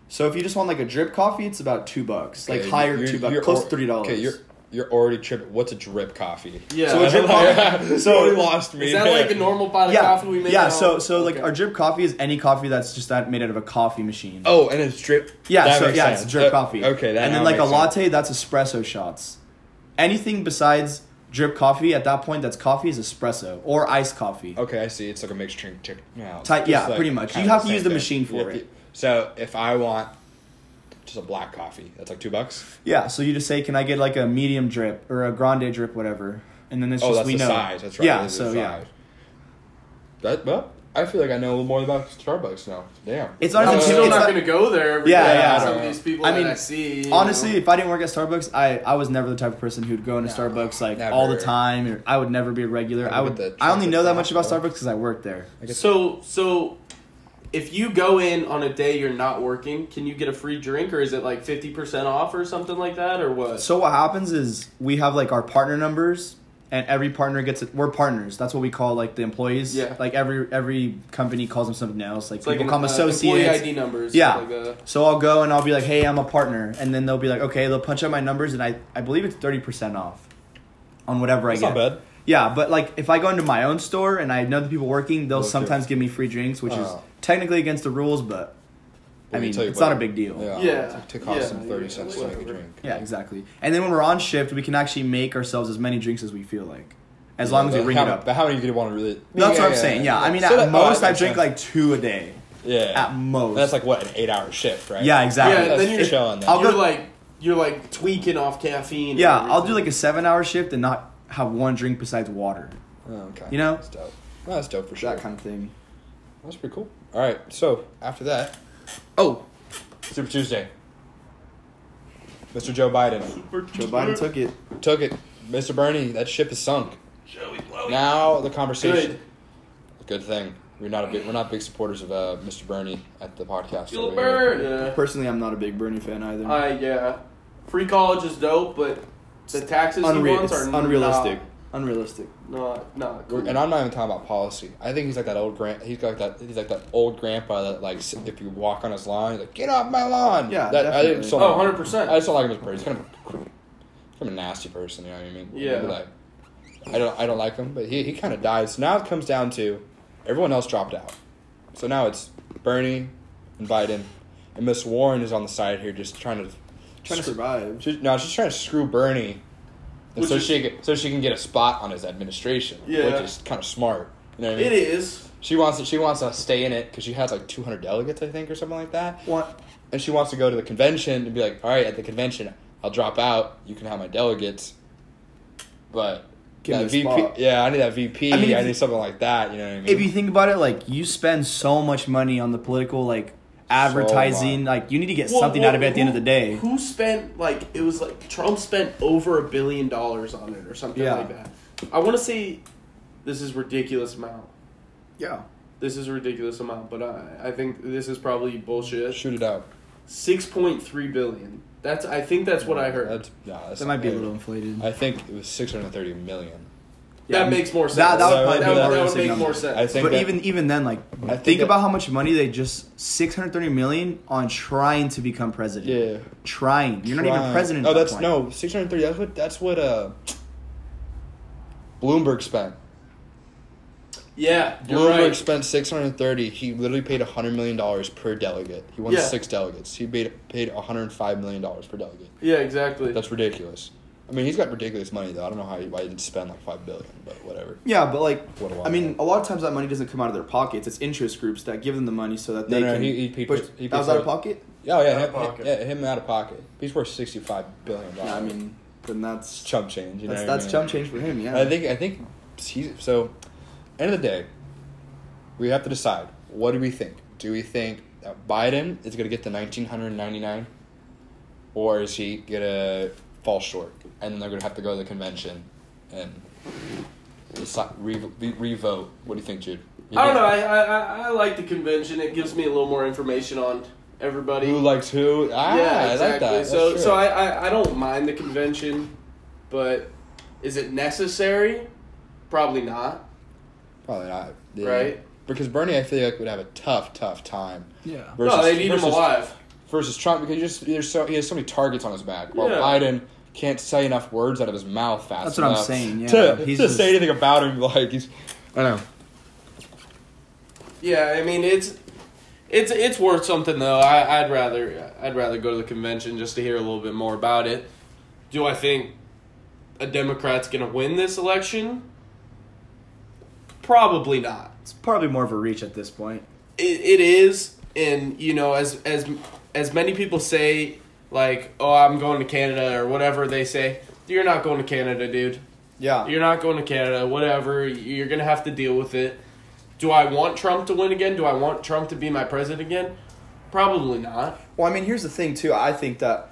Speaker 4: So if you just want like a drip coffee, it's about two bucks, like
Speaker 2: Okay,
Speaker 4: higher
Speaker 2: you're-
Speaker 4: two bucks,
Speaker 2: you're
Speaker 4: close
Speaker 2: al-
Speaker 4: to three dollars.
Speaker 2: Okay, you're you're already tripping. What's a drip coffee?
Speaker 5: Yeah.
Speaker 4: So a drip coffee-
Speaker 2: so already lost me.
Speaker 5: Is that like a normal pot of
Speaker 4: yeah,
Speaker 5: coffee we make?
Speaker 4: yeah.
Speaker 5: at
Speaker 4: So
Speaker 5: home?
Speaker 4: so like
Speaker 5: Okay.
Speaker 4: our drip coffee is any coffee that's just that made out of a coffee machine.
Speaker 2: Oh, and it's drip.
Speaker 4: yeah,
Speaker 2: That
Speaker 4: so
Speaker 2: makes
Speaker 4: yeah,
Speaker 2: sense.
Speaker 4: it's drip
Speaker 2: Uh,
Speaker 4: coffee.
Speaker 2: Okay, that
Speaker 4: and then
Speaker 2: now
Speaker 4: like a
Speaker 2: makes sense.
Speaker 4: latte, that's espresso shots. Anything besides drip coffee at that point that's coffee is espresso or iced coffee.
Speaker 2: Okay, I see. It's like a mixed drink. Chick, no, it's
Speaker 4: Ty-
Speaker 2: just
Speaker 4: yeah, pretty much.
Speaker 2: kinda
Speaker 4: You have to
Speaker 2: same
Speaker 4: use the machine for
Speaker 2: You have
Speaker 4: it.
Speaker 2: to- so if I want just a black coffee, that's like two bucks.
Speaker 4: Yeah, so you just say, "Can I get like a medium drip or a grande drip, whatever?" And then it's
Speaker 2: oh,
Speaker 4: just
Speaker 2: that's
Speaker 4: we
Speaker 2: the
Speaker 4: know.
Speaker 2: size. That's right.
Speaker 4: Yeah,
Speaker 2: it is the
Speaker 4: so yeah,
Speaker 2: size. That well, I feel like I know a little more about Starbucks now. Damn. Uh,
Speaker 4: it's
Speaker 5: Oh, I'm
Speaker 4: honestly
Speaker 5: still
Speaker 4: it's
Speaker 5: not,
Speaker 4: not-
Speaker 5: gonna go there. Every
Speaker 4: Yeah,
Speaker 5: day.
Speaker 4: yeah, I
Speaker 5: Some
Speaker 2: don't
Speaker 5: of
Speaker 2: know.
Speaker 5: these people
Speaker 4: I
Speaker 5: that
Speaker 4: mean,
Speaker 5: I see. you
Speaker 4: honestly.
Speaker 5: know.
Speaker 4: If I didn't work at Starbucks, I I was never the type of person who'd go into Starbucks like all the
Speaker 2: never.
Speaker 4: time. Or I would never be a regular. I
Speaker 2: Never get
Speaker 4: would.
Speaker 2: the
Speaker 4: I only
Speaker 2: chocolate
Speaker 4: know that much about
Speaker 2: froth,
Speaker 4: Starbucks because I worked there.
Speaker 5: So so, if you go in on a day you're not working, can you get a free drink or is it like fifty percent off or something like that or what?
Speaker 4: So what happens is we have like our partner numbers, and every partner gets. A, we're partners. That's what we call like the employees.
Speaker 5: Yeah.
Speaker 4: Like every every company calls them something else. Like
Speaker 5: it's
Speaker 4: people
Speaker 5: like
Speaker 4: call
Speaker 5: an,
Speaker 4: them
Speaker 5: uh, employee
Speaker 4: associates.
Speaker 5: ID numbers.
Speaker 4: Yeah.
Speaker 5: Like that.
Speaker 4: So I'll go and I'll be like, hey, I'm a partner. And then they'll be like, okay, they'll punch out my numbers and I, I believe it's 30% off on whatever
Speaker 2: That's
Speaker 4: I
Speaker 2: not
Speaker 4: get.
Speaker 2: bad.
Speaker 4: Yeah, but like if I go into my own store and I know the people working, they'll
Speaker 2: They'll do it.
Speaker 4: sometimes give me free drinks, which is
Speaker 2: Oh.
Speaker 4: technically against the rules, but I
Speaker 2: Let me
Speaker 4: mean,
Speaker 2: tell you
Speaker 4: it's
Speaker 2: what.
Speaker 4: not a big deal.
Speaker 2: Yeah,
Speaker 5: Yeah.
Speaker 2: It took cost
Speaker 5: Yeah.
Speaker 2: them thirty cents to make a
Speaker 5: Whatever.
Speaker 2: drink.
Speaker 4: Yeah, exactly. And then when we're on shift, we can actually make ourselves as many drinks as we feel like, as long as we
Speaker 2: But
Speaker 4: ring
Speaker 2: how,
Speaker 4: it up.
Speaker 2: But how many do you want to really?
Speaker 4: That's what I'm saying. Yeah, I mean,
Speaker 2: So
Speaker 4: at
Speaker 2: that- oh,
Speaker 4: most
Speaker 2: that
Speaker 4: I
Speaker 2: makes
Speaker 4: drink
Speaker 2: sense.
Speaker 4: like two a day.
Speaker 2: yeah.
Speaker 4: At most.
Speaker 2: And that's like what an eight-hour shift, right?
Speaker 4: yeah, exactly.
Speaker 5: Yeah,
Speaker 2: That's
Speaker 5: then you're-
Speaker 2: chilling. then.
Speaker 4: I'll
Speaker 5: you're
Speaker 4: go-
Speaker 5: like you're like tweaking off caffeine. and
Speaker 4: yeah, I'll do
Speaker 5: everything.
Speaker 4: like a seven-hour shift and not have one drink besides water.
Speaker 2: Oh, okay.
Speaker 4: You know?
Speaker 2: that's dope. No, that's dope for sure.
Speaker 4: That kind of thing.
Speaker 2: That's pretty cool. All right, so after that, oh, Super Tuesday. Mr. Joe Biden
Speaker 4: Joe Biden took it.
Speaker 2: took it. Mr. Bernie, that ship is sunk.
Speaker 3: Joey Blow.
Speaker 2: Now the conversation.
Speaker 5: good.
Speaker 2: Good, thing we're not a big, we're not big supporters of uh, Mr. Bernie at the podcast.
Speaker 3: You'll
Speaker 2: over here.
Speaker 3: burn.
Speaker 5: Yeah.
Speaker 4: Personally, I'm not a big Bernie fan either.
Speaker 5: I yeah. Free college is dope, but the taxes he
Speaker 4: Unreal,
Speaker 5: wants
Speaker 4: it's
Speaker 5: are
Speaker 4: unrealistic. Unrealistic.
Speaker 5: Not not, not
Speaker 2: We're-
Speaker 5: cool.
Speaker 2: And I'm not even talking about policy. I think he's like that old grand. He's like that. He's like that old grandpa that like s- if you walk on his lawn, he's like get off my lawn.
Speaker 4: Yeah,
Speaker 2: that, I
Speaker 4: definitely.
Speaker 2: just
Speaker 5: Oh,
Speaker 2: don't like him.
Speaker 5: 100%.
Speaker 2: I just don't like him as a person. He's kind of, kind of a nasty person. You know what I mean?
Speaker 5: Yeah.
Speaker 2: Like, I don't. I don't like him, but he he kind of died. So now it comes down to everyone else dropped out. So now it's Bernie and Biden, and Miss Warren is on the side here just trying to
Speaker 4: Trying to
Speaker 2: screw-
Speaker 4: survive.
Speaker 2: She's, no, she's trying to screw Bernie, and
Speaker 5: Which
Speaker 2: so
Speaker 5: is-
Speaker 2: she can, so she can get a spot on his administration,
Speaker 5: Yeah.
Speaker 2: which is kind of smart. You know what I
Speaker 5: It
Speaker 2: mean?
Speaker 5: is.
Speaker 2: She wants to, she wants to stay in it because she has like 200 delegates, I think, or something like that,
Speaker 4: What?
Speaker 2: and she wants to go to the convention and be like, all right, at the convention, I'll drop out. You can have my delegates, but
Speaker 4: Give me
Speaker 2: that
Speaker 4: a
Speaker 2: VP,
Speaker 4: spot.
Speaker 2: yeah, I need that VP. I,
Speaker 4: I mean, if
Speaker 2: need
Speaker 4: you-
Speaker 2: something like that. You know what I mean?
Speaker 4: If you think about it, like you spend so much money on the political, like advertising,
Speaker 2: much.
Speaker 4: like you need to get
Speaker 5: Well,
Speaker 4: something
Speaker 5: well,
Speaker 4: out of it at the end of the
Speaker 5: who-
Speaker 4: day.
Speaker 5: Who spent like it was like Trump spent over a billion dollars on it or something
Speaker 4: Yeah.
Speaker 5: like that. I want to say this is ridiculous amount.
Speaker 4: Yeah.
Speaker 5: This is ridiculous amount, but I I think this is probably bullshit.
Speaker 2: shoot it out.
Speaker 5: Six point three billion. That's I think that's what I heard.
Speaker 2: That's, no, that's
Speaker 4: That
Speaker 2: not
Speaker 4: might be a
Speaker 2: good.
Speaker 4: little inflated.
Speaker 2: I think it was 630 million.
Speaker 5: that makes more sense.
Speaker 4: That, that would
Speaker 2: That
Speaker 4: probably
Speaker 2: would-
Speaker 4: be
Speaker 5: that
Speaker 4: more
Speaker 5: would
Speaker 4: realistic
Speaker 5: make
Speaker 4: number.
Speaker 5: more sense.
Speaker 2: I think
Speaker 4: But
Speaker 2: that-
Speaker 4: even even then, like think,
Speaker 2: think that-
Speaker 4: about how much money they just 630 million on trying to become president.
Speaker 2: Yeah.
Speaker 4: Trying. You're not even
Speaker 2: Trying-
Speaker 4: president.
Speaker 2: Oh,
Speaker 4: at that
Speaker 2: that's
Speaker 4: point.
Speaker 2: no 630. That's what that's what uh Bloomberg spent.
Speaker 5: yeah, you're
Speaker 2: Bloomberg
Speaker 5: right.
Speaker 2: spent 630. He literally paid 100 million dollars per delegate. He won
Speaker 5: Yeah.
Speaker 2: six delegates. He paid paid 105 million dollars per delegate.
Speaker 5: Yeah, exactly.
Speaker 2: That's ridiculous. I mean, he's got ridiculous money though. I don't know how he, why he didn't spend like five billion, but whatever.
Speaker 4: Yeah, but like,
Speaker 2: What do I
Speaker 4: I mean,
Speaker 2: know?
Speaker 4: a lot of times that money doesn't come out of their pockets. It's interest groups that give them the money so that
Speaker 2: No,
Speaker 4: they
Speaker 2: no,
Speaker 4: can.
Speaker 2: he- he- he
Speaker 4: push-
Speaker 2: puts- he
Speaker 4: that was
Speaker 2: puts
Speaker 4: out of
Speaker 2: out-
Speaker 4: pocket.
Speaker 2: Yeah, yeah,
Speaker 3: Out of
Speaker 2: him,
Speaker 3: pocket.
Speaker 2: yeah, him out of pocket. He's worth 65 billion dollars.
Speaker 4: Yeah, I mean, then that's
Speaker 2: chump change. You know
Speaker 4: that's
Speaker 2: what I
Speaker 4: that's
Speaker 2: mean?
Speaker 4: chump change for him. Yeah.
Speaker 2: I think I think he's, so. End of the day, we have to decide. What do we think? Do we think that Biden is going to get the nineteen hundred ninety nine, or is he going to fall short? And then they're going to have to go to the convention and decide, re, re, revote. What do you think, Jude? You
Speaker 5: I don't know.
Speaker 2: think-
Speaker 5: I, I I- I like the convention. It gives me a little more information on everybody.
Speaker 2: Who likes who? Ah,
Speaker 5: yeah,
Speaker 2: I like
Speaker 5: exactly.
Speaker 2: that. That's
Speaker 5: so
Speaker 2: true.
Speaker 5: so I, I I don't mind the convention, but is it necessary? Probably not.
Speaker 2: probably not. yeah.
Speaker 5: Right.
Speaker 2: Because Bernie, I feel like would have a tough, tough time.
Speaker 4: yeah.
Speaker 5: no, they need him
Speaker 2: versus-
Speaker 5: alive.
Speaker 2: versus Trump because he just there's so he has so many targets on his back. While
Speaker 5: Yeah.
Speaker 2: Biden can't say enough words out of his mouth fast.
Speaker 4: That's what I'm
Speaker 2: enough
Speaker 4: saying, yeah.
Speaker 2: to,
Speaker 4: He's
Speaker 2: to
Speaker 4: just-
Speaker 2: say anything about him, like he's I don't know.
Speaker 5: Yeah, I mean it's it's it's worth something though. I, I'd rather I'd rather go to the convention just to hear a little bit more about it. Do I think a Democrat's going to win this election? Probably not.
Speaker 4: It's probably more of a reach at this point.
Speaker 5: It, it is, and you know, as as as many people say, like, oh, I'm going to Canada or whatever they say. You're not going to Canada, dude.
Speaker 4: Yeah.
Speaker 5: You're not going to Canada, whatever. You're going to have to deal with it. Do I want Trump to win again? Do I want Trump to be my president again? Probably not.
Speaker 4: Well, I mean, here's the thing too. I think that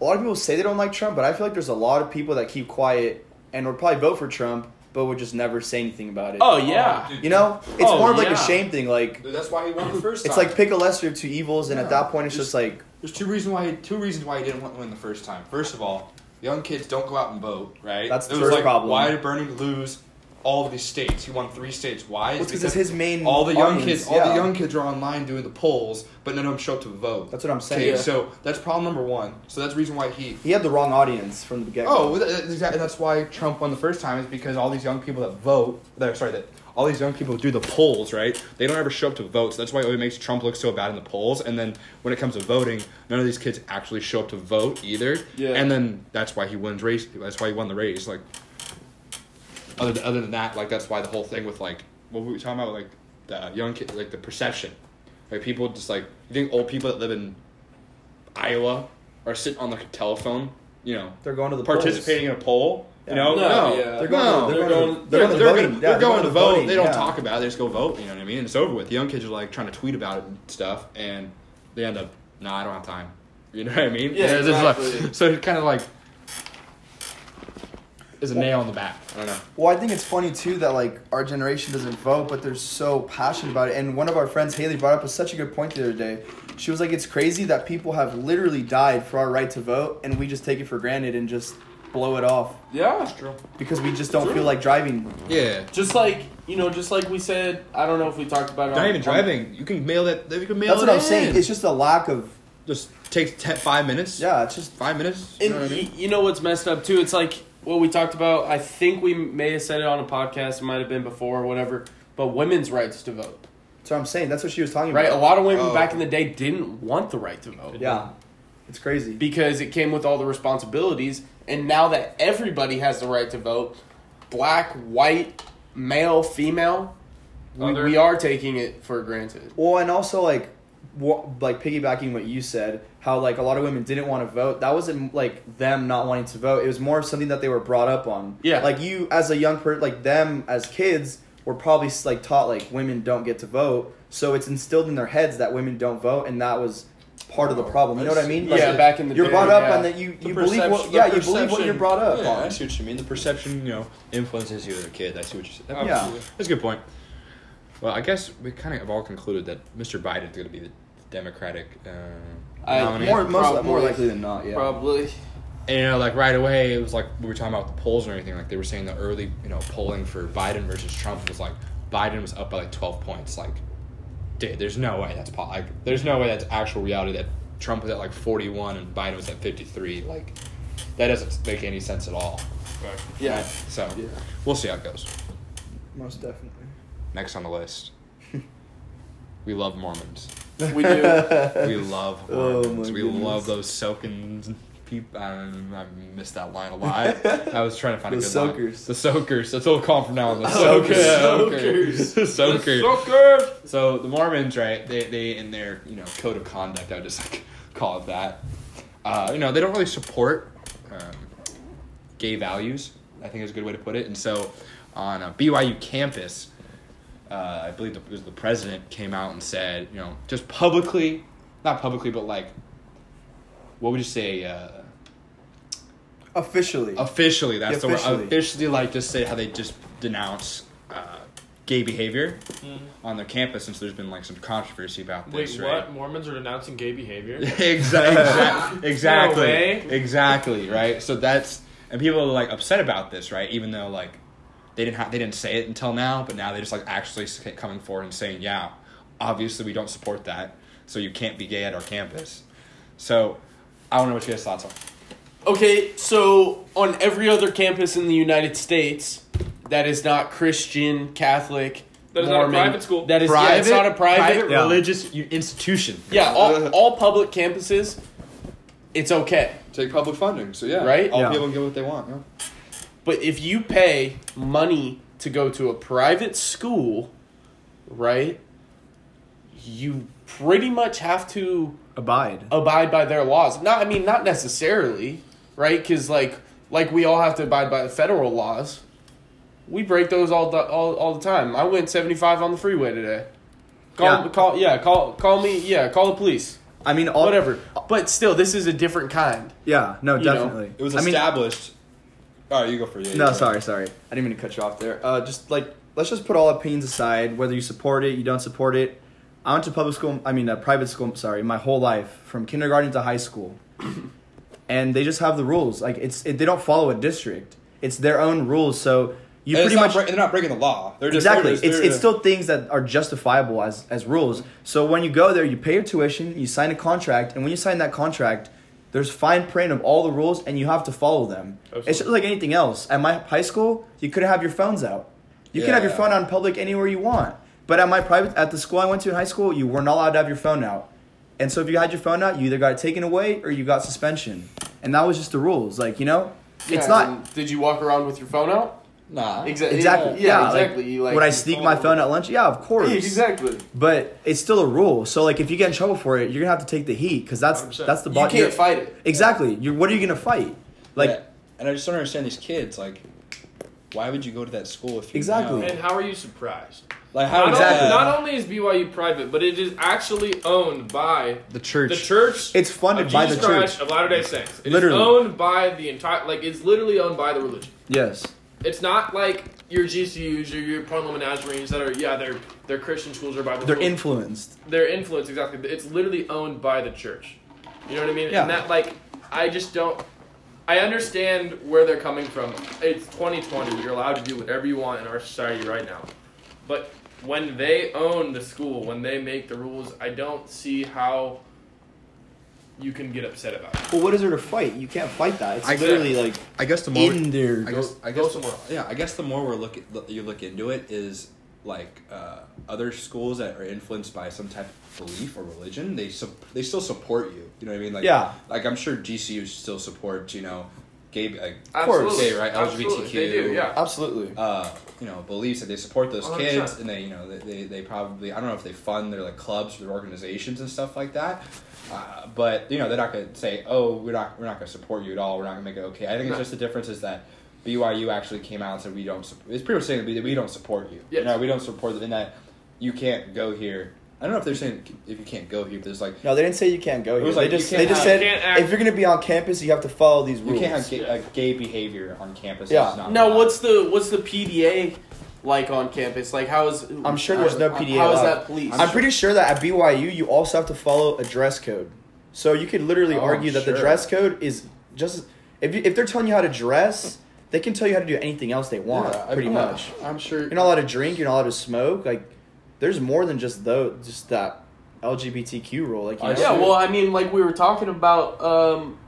Speaker 4: a lot of people say they don't like Trump, but I feel like there's a lot of people that keep quiet and would probably vote for Trump, but would just never say anything about it.
Speaker 5: Oh, yeah.
Speaker 3: dude.
Speaker 4: You know, it's
Speaker 5: Oh,
Speaker 4: more of like
Speaker 5: yeah.
Speaker 4: a shame thing. Like
Speaker 2: That's why he won the first
Speaker 4: it's like pick a lesser of two evils, and
Speaker 2: Yeah.
Speaker 4: at that point, it's just like
Speaker 2: there's two reasons why two reasons why he didn't want to win the first time. First of all, young kids don't go out and vote, right?
Speaker 4: That's the
Speaker 2: It was
Speaker 4: first
Speaker 2: like,
Speaker 4: problem.
Speaker 2: Why did Bernie lose all of these states? He won three states. Why?
Speaker 4: Well,
Speaker 2: It's
Speaker 4: it's 'cause it's his main
Speaker 2: All the young
Speaker 4: audience,
Speaker 2: kids, all the
Speaker 4: yeah.
Speaker 2: young kids are online doing the polls, but none of them show up to vote.
Speaker 4: That's what I'm saying.
Speaker 2: Okay,
Speaker 5: Yeah.
Speaker 2: so that's problem number one. So that's the reason why he
Speaker 4: he had the wrong audience from the get.
Speaker 2: Oh, well, that- that's exactly. That's why Trump won the first time is because all these young people that vote, that, sorry, that all these young people do the polls, right? They don't ever show up to vote, so that's why it makes Trump look so bad in the polls. And then when it comes to voting, none of these kids actually show up to vote either.
Speaker 5: Yeah.
Speaker 2: And then that's why he wins race. That's why he won the race. Like, other other than that, like that's why the whole thing with like what were we talking about, like the young kid, like the perception, like people just like you think old people that live in Iowa are sitting on the telephone, you know,
Speaker 4: They're going to the
Speaker 2: participating in a poll. You know,
Speaker 5: No,
Speaker 2: no,
Speaker 5: yeah.
Speaker 4: Polls. They're going.
Speaker 2: No.
Speaker 4: They're,
Speaker 5: They're
Speaker 4: going.
Speaker 5: going-
Speaker 4: they're
Speaker 2: Yeah,
Speaker 4: going to
Speaker 2: they're
Speaker 4: voting.
Speaker 2: gonna-
Speaker 4: Yeah,
Speaker 2: they're going to vote.
Speaker 4: voting,
Speaker 2: They don't
Speaker 4: yeah.
Speaker 2: talk about it. They just go vote. You know what I mean? And it's over with. The young kids are like trying to tweet about it and stuff, and they end up, nah, I don't have time. You know what I mean?
Speaker 5: Yeah,
Speaker 2: it's just like-
Speaker 5: exactly.
Speaker 2: so it's kind of like, is a nail in the back. I don't know.
Speaker 4: Well, I think it's funny too that like our generation doesn't vote, but they're so passionate about it. And one of our friends, Haley, brought up a, such a good point the other day. She was like, "It's crazy that people have literally died for our right to vote, and we just take it for granted and just blow it off
Speaker 5: Yeah.
Speaker 4: because we just don't feel like driving."
Speaker 2: Yeah.
Speaker 5: Just like, you know, just like we said, I don't know if we talked about it.
Speaker 2: Not
Speaker 5: on-
Speaker 2: even driving. You can mail that. You can mail
Speaker 4: That's
Speaker 2: it
Speaker 4: what I'm
Speaker 2: in.
Speaker 4: saying. It's just a lack of
Speaker 2: just takes ten, five minutes.
Speaker 4: yeah. It's just
Speaker 2: Five minutes. You
Speaker 5: And
Speaker 2: know what I mean?
Speaker 5: y- you know what's messed up too? It's like what we talked about. I think we may have said it on a podcast. It might have been before or whatever. But women's rights to vote,
Speaker 4: that's what I'm saying. That's what she was talking
Speaker 5: right? A
Speaker 4: about.
Speaker 5: lot of women
Speaker 2: Oh.
Speaker 5: back in the day didn't want the right to vote.
Speaker 4: Yeah, it's crazy.
Speaker 5: because it came with all the responsibilities. And now that everybody has the right to vote, black, white, male, female, we,
Speaker 3: Other.
Speaker 5: we are taking it for granted.
Speaker 4: Well, and also like, wha- like piggybacking what you said, how like a lot of women didn't want to vote. That wasn't like them not wanting to vote. It was more of something that they were brought up on.
Speaker 5: Yeah.
Speaker 4: Like you as a young person, like them as kids were probably like taught like women don't get to vote, so it's instilled in their heads that women don't vote, and that was part
Speaker 2: Oh,
Speaker 4: of the problem. You know what I mean? Like,
Speaker 5: Yeah, back in the
Speaker 4: you're
Speaker 5: day,
Speaker 4: brought up
Speaker 5: yeah.
Speaker 4: and that you
Speaker 2: The
Speaker 4: you believe what
Speaker 2: perception-
Speaker 4: yeah
Speaker 2: the
Speaker 4: you believe what you're
Speaker 2: perception-
Speaker 4: brought up
Speaker 2: Yeah, I
Speaker 4: on.
Speaker 2: see what you mean. The perception, you know, influences you as a kid. I see what you said.
Speaker 4: Yeah.
Speaker 2: Absolutely. That's a good point. Well, I guess we kind of have all concluded that Mr. Biden's going to be the Democratic uh,
Speaker 5: I-
Speaker 2: nominee.
Speaker 4: more, most,
Speaker 5: Probably.
Speaker 4: more likely than not, yeah.
Speaker 5: Probably.
Speaker 2: And you know, like right away, it was like we were talking about the polls or anything. Like they were saying the early, you know, polling for Biden versus Trump was like Biden was up by like twelve points. Like, dude, there's no way that's po- like there's no way that's actual reality that Trump was at like forty one and Biden was at fifty three. Like, that doesn't make any sense at all.
Speaker 5: Yeah.
Speaker 2: So
Speaker 5: Yeah.
Speaker 2: we'll see how it goes.
Speaker 4: Most definitely.
Speaker 2: Next on the list, we love Mormons.
Speaker 5: We do.
Speaker 2: We love
Speaker 4: Oh,
Speaker 2: Mormons.
Speaker 4: my
Speaker 2: we
Speaker 4: goodness.
Speaker 2: love those soaking people. I missed that line a lot. I, I was trying to find a
Speaker 4: The
Speaker 2: good
Speaker 4: soakers. Oh,
Speaker 2: line. The soakers. That's what we'll call them from now on. The
Speaker 5: Soakers.
Speaker 2: soakers. The soakers.
Speaker 3: Sucker!
Speaker 2: So the Mormons, right? They they in their you know code of conduct, I would just like call it that. Uh, you know, they don't really support um, gay values. I think is a good way to put it. And so on uh, a BYU campus, uh, I believe the, it was the president came out and said, you know, just publicly, not publicly, but like, what would you say? Uh,
Speaker 4: Officially.
Speaker 2: officially that's the word
Speaker 4: Officially.
Speaker 2: officially like just say how they just denounce uh, gay behavior on their campus since there's been like some controversy about this
Speaker 3: Mm-hmm. Wait,
Speaker 2: right
Speaker 3: what? Mormons are denouncing gay behavior?
Speaker 2: exactly exactly
Speaker 3: way.
Speaker 2: exactly right so that's and people are like upset about this right even though like they didn't have they didn't say it until now but now they just like actually s- coming forward and saying yeah obviously we don't support that so you can't be gay at our campus so i don't know what you guys thoughts are
Speaker 1: Okay, so on every other campus in the United States that is not Christian, Catholic,
Speaker 3: That is not a
Speaker 1: Mormon,
Speaker 3: private school.
Speaker 1: That is yeah, it's not a private.
Speaker 4: Yeah.
Speaker 2: religious u- institution
Speaker 1: Yeah, all, all public campuses, it's okay.
Speaker 2: Take public funding, so yeah.
Speaker 1: Right?
Speaker 2: All
Speaker 4: Yeah.
Speaker 2: people can get what they want. Yeah.
Speaker 1: But if you pay money to go to a private school, right, you pretty much have to
Speaker 4: Abide.
Speaker 1: abide by their laws. Not, I mean, not necessarily, right? Because like, like we all have to abide by the federal laws. We break those all the all, all the time. I went seventy five on the freeway today. Call
Speaker 4: Yeah.
Speaker 1: call yeah call call me yeah call the police
Speaker 4: I mean, all,
Speaker 1: whatever. But still, this is a different kind.
Speaker 4: Yeah, no,
Speaker 1: know,
Speaker 4: definitely.
Speaker 2: It was
Speaker 4: I mean,
Speaker 2: established. All right, you go for it.
Speaker 4: No, sorry, sorry. I didn't mean to cut you off there. Uh, just like let's just put all opinions aside, whether you support it, you don't support it. I went to public school. I mean, uh, private school. I'm Sorry, my whole life from kindergarten to high school, and they just have the rules. Like it's it, they don't follow a district. It's their own rules. So you
Speaker 2: Pretty
Speaker 4: pretty
Speaker 2: not,
Speaker 4: much
Speaker 2: much, they're not breaking the law. They're just
Speaker 4: exactly.
Speaker 2: They're just,
Speaker 4: it's
Speaker 2: they're-
Speaker 4: it's still things that are justifiable as as rules. So when you go there, you pay your tuition, you sign a contract, and when you sign that contract, there's fine print of all the rules, and you have to follow them. It's just like anything else. At my high school, you couldn't have your phones out. You could have your
Speaker 2: Yeah.
Speaker 4: phone on public anywhere you want. But at my private, at the school I went to in high school, you were not allowed to have your phone out. And so if you had your phone out, you either got it taken away or you got suspension. And that was just the rules. Like you know,
Speaker 1: Yeah,
Speaker 4: it's not.
Speaker 1: and Did you walk around with your phone out?
Speaker 2: nah.
Speaker 5: Exactly.
Speaker 4: Exactly.
Speaker 5: Yeah.
Speaker 4: Yeah, like,
Speaker 5: exactly. You, like,
Speaker 4: would I sneak my phone at lunch? Yeah, of course.
Speaker 5: Yeah, exactly.
Speaker 4: But it's still a rule. So like, if you get in trouble for it, you're gonna have to take the heat because that's
Speaker 3: 100%.
Speaker 4: that's the
Speaker 5: You
Speaker 4: bo- you're-
Speaker 5: can't fight it.
Speaker 4: Exactly. You're, what are you gonna fight? Like,
Speaker 2: Yeah. and I just don't understand these kids. Like, why would you go to that school if you
Speaker 4: Exactly.
Speaker 2: know-
Speaker 3: And how are you surprised?
Speaker 2: Like how
Speaker 3: Not
Speaker 4: Oh, Exactly.
Speaker 3: Only, not only is BYU private, but it is actually owned by
Speaker 2: the church.
Speaker 3: the church.
Speaker 4: it's funded
Speaker 3: of
Speaker 4: by the
Speaker 3: Jesus
Speaker 4: church.
Speaker 3: Christ of Latter Day Saints. It is
Speaker 4: Literally.
Speaker 3: owned by the entire. Like it's literally owned by the religion.
Speaker 4: Yes.
Speaker 3: It's not like your GCUs or your Portland Menagerines that are yeah they're they're Christian schools or Bible
Speaker 4: They're
Speaker 3: schools.
Speaker 4: influenced.
Speaker 3: their influence exactly. It's literally owned by the church. You know what I mean?
Speaker 4: Yeah.
Speaker 3: And that like I just don't I understand where they're coming from. It's 2020. You're allowed to do whatever you want in our society right now. But when they own the school, when they make the rules, I don't see how you can get upset about it.
Speaker 4: Well, what is there to fight? You can't fight that. It's
Speaker 2: I-
Speaker 4: literally like
Speaker 2: I guess the more
Speaker 4: in there.
Speaker 2: I guess, I
Speaker 3: go
Speaker 2: guess
Speaker 3: somewhere else.
Speaker 2: yeah, I guess the more we're look look- you look into it is like uh, other schools that are influenced by some type of belief or religion, they su- they still support you. You know what I mean? Like
Speaker 4: Yeah.
Speaker 2: like I'm sure GCU still supports you know gay like
Speaker 4: course.
Speaker 3: Absolutely.
Speaker 2: Gay, right?
Speaker 3: Absolutely.
Speaker 2: LGBTQ.
Speaker 3: They do, yeah.
Speaker 4: Absolutely.
Speaker 2: uh, you know beliefs that they support those
Speaker 3: 100%.
Speaker 2: kids and they you know they, they, they probably I don't know if they fund their like clubs or their organizations and stuff like that. Uh, but you know they're not gonna say oh we're not we're not gonna support you at all we're not gonna make it okay. I think it's
Speaker 3: No.
Speaker 2: just the difference is that BYU actually came out and said we don't sup- it's pretty much saying that we, that we don't support you. You
Speaker 3: Yes.
Speaker 2: know we don't support in that you can't go here. I don't know if they're saying if you can't go here. But there's like
Speaker 4: No, they didn't say you can't go.
Speaker 2: It
Speaker 4: Here.
Speaker 2: was
Speaker 4: they
Speaker 2: like, you
Speaker 4: just
Speaker 2: can't
Speaker 4: they just
Speaker 3: have-
Speaker 4: said
Speaker 3: you can't act-
Speaker 4: if you're gonna be on campus, you have to follow these
Speaker 2: you
Speaker 4: rules.
Speaker 2: can't have gay, uh, gay behavior on campus. It's
Speaker 4: Yeah.
Speaker 2: not
Speaker 1: Now,
Speaker 2: allowed.
Speaker 1: what's the what's the PDA
Speaker 5: like on campus? Like how is
Speaker 4: I'm sure
Speaker 1: uh,
Speaker 4: there's no PDA.
Speaker 5: How is
Speaker 4: allowed.
Speaker 5: that police?
Speaker 4: I'm pretty sure that at BYU you also have to follow a dress code. So you could literally
Speaker 2: Oh,
Speaker 4: argue that the
Speaker 2: sure.
Speaker 4: dress code is just if you, if they're telling you how to dress, they can tell you how to do anything else they want,
Speaker 1: Yeah, I-
Speaker 4: pretty
Speaker 1: yeah,
Speaker 4: much.
Speaker 1: I'm sure.
Speaker 4: You're not allowed to drink. You're not allowed to smoke. Like, there's more than just though just that LGBTQ rule. Like, you
Speaker 2: I
Speaker 4: know?
Speaker 5: Yeah,
Speaker 2: Absolutely.
Speaker 5: well, I mean, like we were talking about, um,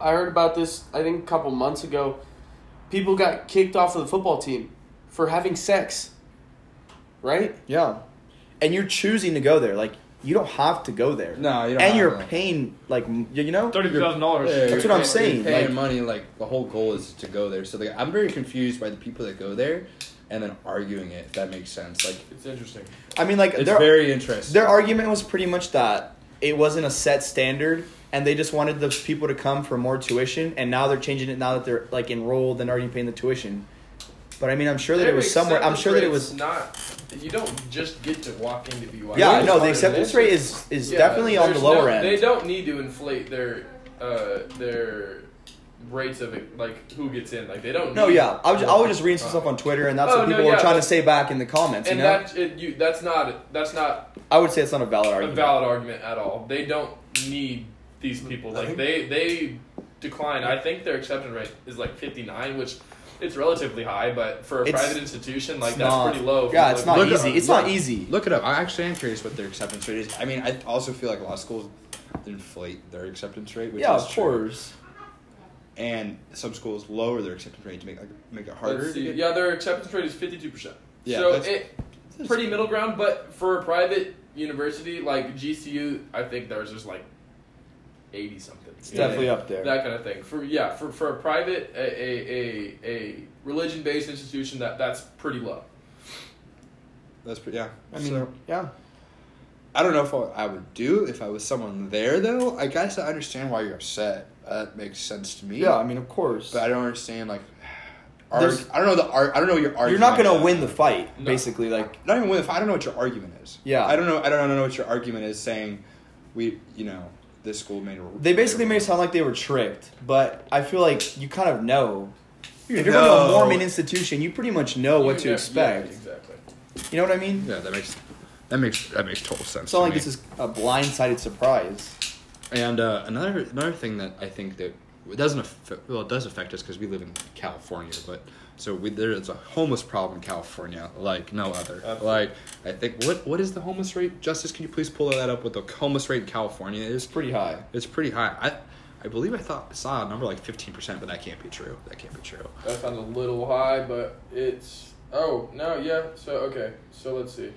Speaker 5: I heard about this, I think, a couple months ago. People got kicked off of the football team for having sex, right?
Speaker 4: yeah. And you're choosing to go there. Like, you don't have to go there.
Speaker 2: No, you don't
Speaker 4: and
Speaker 2: have
Speaker 4: you're
Speaker 2: to.
Speaker 4: paying like m- you you know
Speaker 3: Thirty
Speaker 4: you're-
Speaker 3: thousand dollars.
Speaker 2: Yeah,
Speaker 4: That's
Speaker 2: you're
Speaker 4: what I'm
Speaker 2: pay-
Speaker 4: saying,
Speaker 2: You're paying
Speaker 4: like-
Speaker 2: money, like the whole goal is to go there. So like, I'm very confused by the people that go there and then arguing it. If that makes sense. Like
Speaker 3: It's interesting.
Speaker 4: I mean, like
Speaker 2: it's
Speaker 4: there
Speaker 2: very interesting.
Speaker 4: Their argument was pretty much that it wasn't a set standard, and they just wanted the people to come for more tuition. And now they're changing it now that they're like enrolled and already paying the tuition. But I mean, I'm sure that it was somewhere. I'm sure that it was.
Speaker 3: not. You don't just get to walk into BYU.
Speaker 4: Yeah,
Speaker 3: It's
Speaker 4: no,
Speaker 3: part
Speaker 4: the
Speaker 3: of
Speaker 4: acceptance
Speaker 3: history.
Speaker 4: rate is is
Speaker 3: Yeah,
Speaker 4: definitely on the
Speaker 3: there's
Speaker 4: lower
Speaker 3: no- They
Speaker 4: end.
Speaker 3: don't need to inflate their uh, their rates of it, like who gets in. Like they don't.
Speaker 4: No,
Speaker 3: need-
Speaker 4: yeah, I was, I was just reading some stuff on Twitter, and that's
Speaker 3: Oh,
Speaker 4: what
Speaker 3: no,
Speaker 4: people were
Speaker 3: yeah,
Speaker 4: trying to
Speaker 3: but-
Speaker 4: say back in the comments. You
Speaker 3: And
Speaker 4: know,
Speaker 3: that it, you, that's not that's not
Speaker 4: I would say it's not a valid
Speaker 3: a
Speaker 4: argument. Mm,
Speaker 3: valid argument at all. They don't need these people. Like they they decline. I think their acceptance rate is like fifty nine, which it's relatively high, but for a
Speaker 4: It's-
Speaker 3: private institution, like
Speaker 4: It's
Speaker 3: that's
Speaker 4: not-
Speaker 3: pretty low.
Speaker 4: Yeah, it's not
Speaker 2: Look,
Speaker 4: easy.
Speaker 2: uh,
Speaker 4: It's not easy.
Speaker 2: Look it up. I actually am curious what their acceptance rate is. I mean, I also feel like law schools inflate their acceptance rate, which
Speaker 4: Yeah,
Speaker 2: is
Speaker 4: of
Speaker 2: true.
Speaker 4: course.
Speaker 2: And some schools lower their acceptance rate to make like make it harder.
Speaker 3: Let's
Speaker 2: to
Speaker 3: see.
Speaker 2: get-
Speaker 3: Yeah, their acceptance rate is fifty two percent.
Speaker 2: Yeah,
Speaker 3: so
Speaker 2: that's-
Speaker 3: it pretty middle ground, but for a private university like GCU, I think theirs is like eighty something.
Speaker 4: It's
Speaker 3: You know,
Speaker 4: definitely up there.
Speaker 3: That kind of thing. For yeah, for, for a private a a, a, a religion based institution that that's pretty low.
Speaker 2: That's pretty. Yeah.
Speaker 4: I mean,
Speaker 2: So,
Speaker 4: yeah.
Speaker 2: I don't know if I I would do if I was someone there though. I guess I understand why you're upset. That makes sense to me.
Speaker 4: Yeah, I mean, of course.
Speaker 2: But I don't understand like. Arg-
Speaker 4: There's-
Speaker 2: I don't know the art. I don't know what your
Speaker 4: You're
Speaker 2: argument.
Speaker 4: not gonna
Speaker 2: is.
Speaker 4: win the fight,
Speaker 3: No.
Speaker 4: basically. Like,
Speaker 2: Not even win. If I don't know what your argument is.
Speaker 4: Yeah.
Speaker 2: I don't know. I don't know what your argument is saying. We, you know, this school made. A,
Speaker 4: They basically made it sound like they were tricked, but I feel like you kind of know.
Speaker 2: You
Speaker 4: If you're going to a
Speaker 2: know.
Speaker 4: Mormon institution, you pretty much know what to
Speaker 3: Yeah,
Speaker 4: expect.
Speaker 3: yeah, exactly.
Speaker 4: You know what I mean?
Speaker 2: Yeah, that makes that makes that makes total sense.
Speaker 4: It's not
Speaker 2: to
Speaker 4: like
Speaker 2: me.
Speaker 4: this is a blindsided surprise.
Speaker 2: And uh, another another thing that I think that it doesn't affect, well it does affect us because we live in California, but so we, there's a homeless problem in California like no other.
Speaker 3: Absolutely.
Speaker 2: Like I think what what is the homeless rate? Justice, can you please pull that up? What the homeless rate in California is?
Speaker 4: It's pretty high.
Speaker 2: It's pretty high. I I believe I thought I saw a number like fifteen percent, but that can't be true. That can't be true.
Speaker 3: That sounds a little high, but it's oh no, yeah. So okay, so let's see.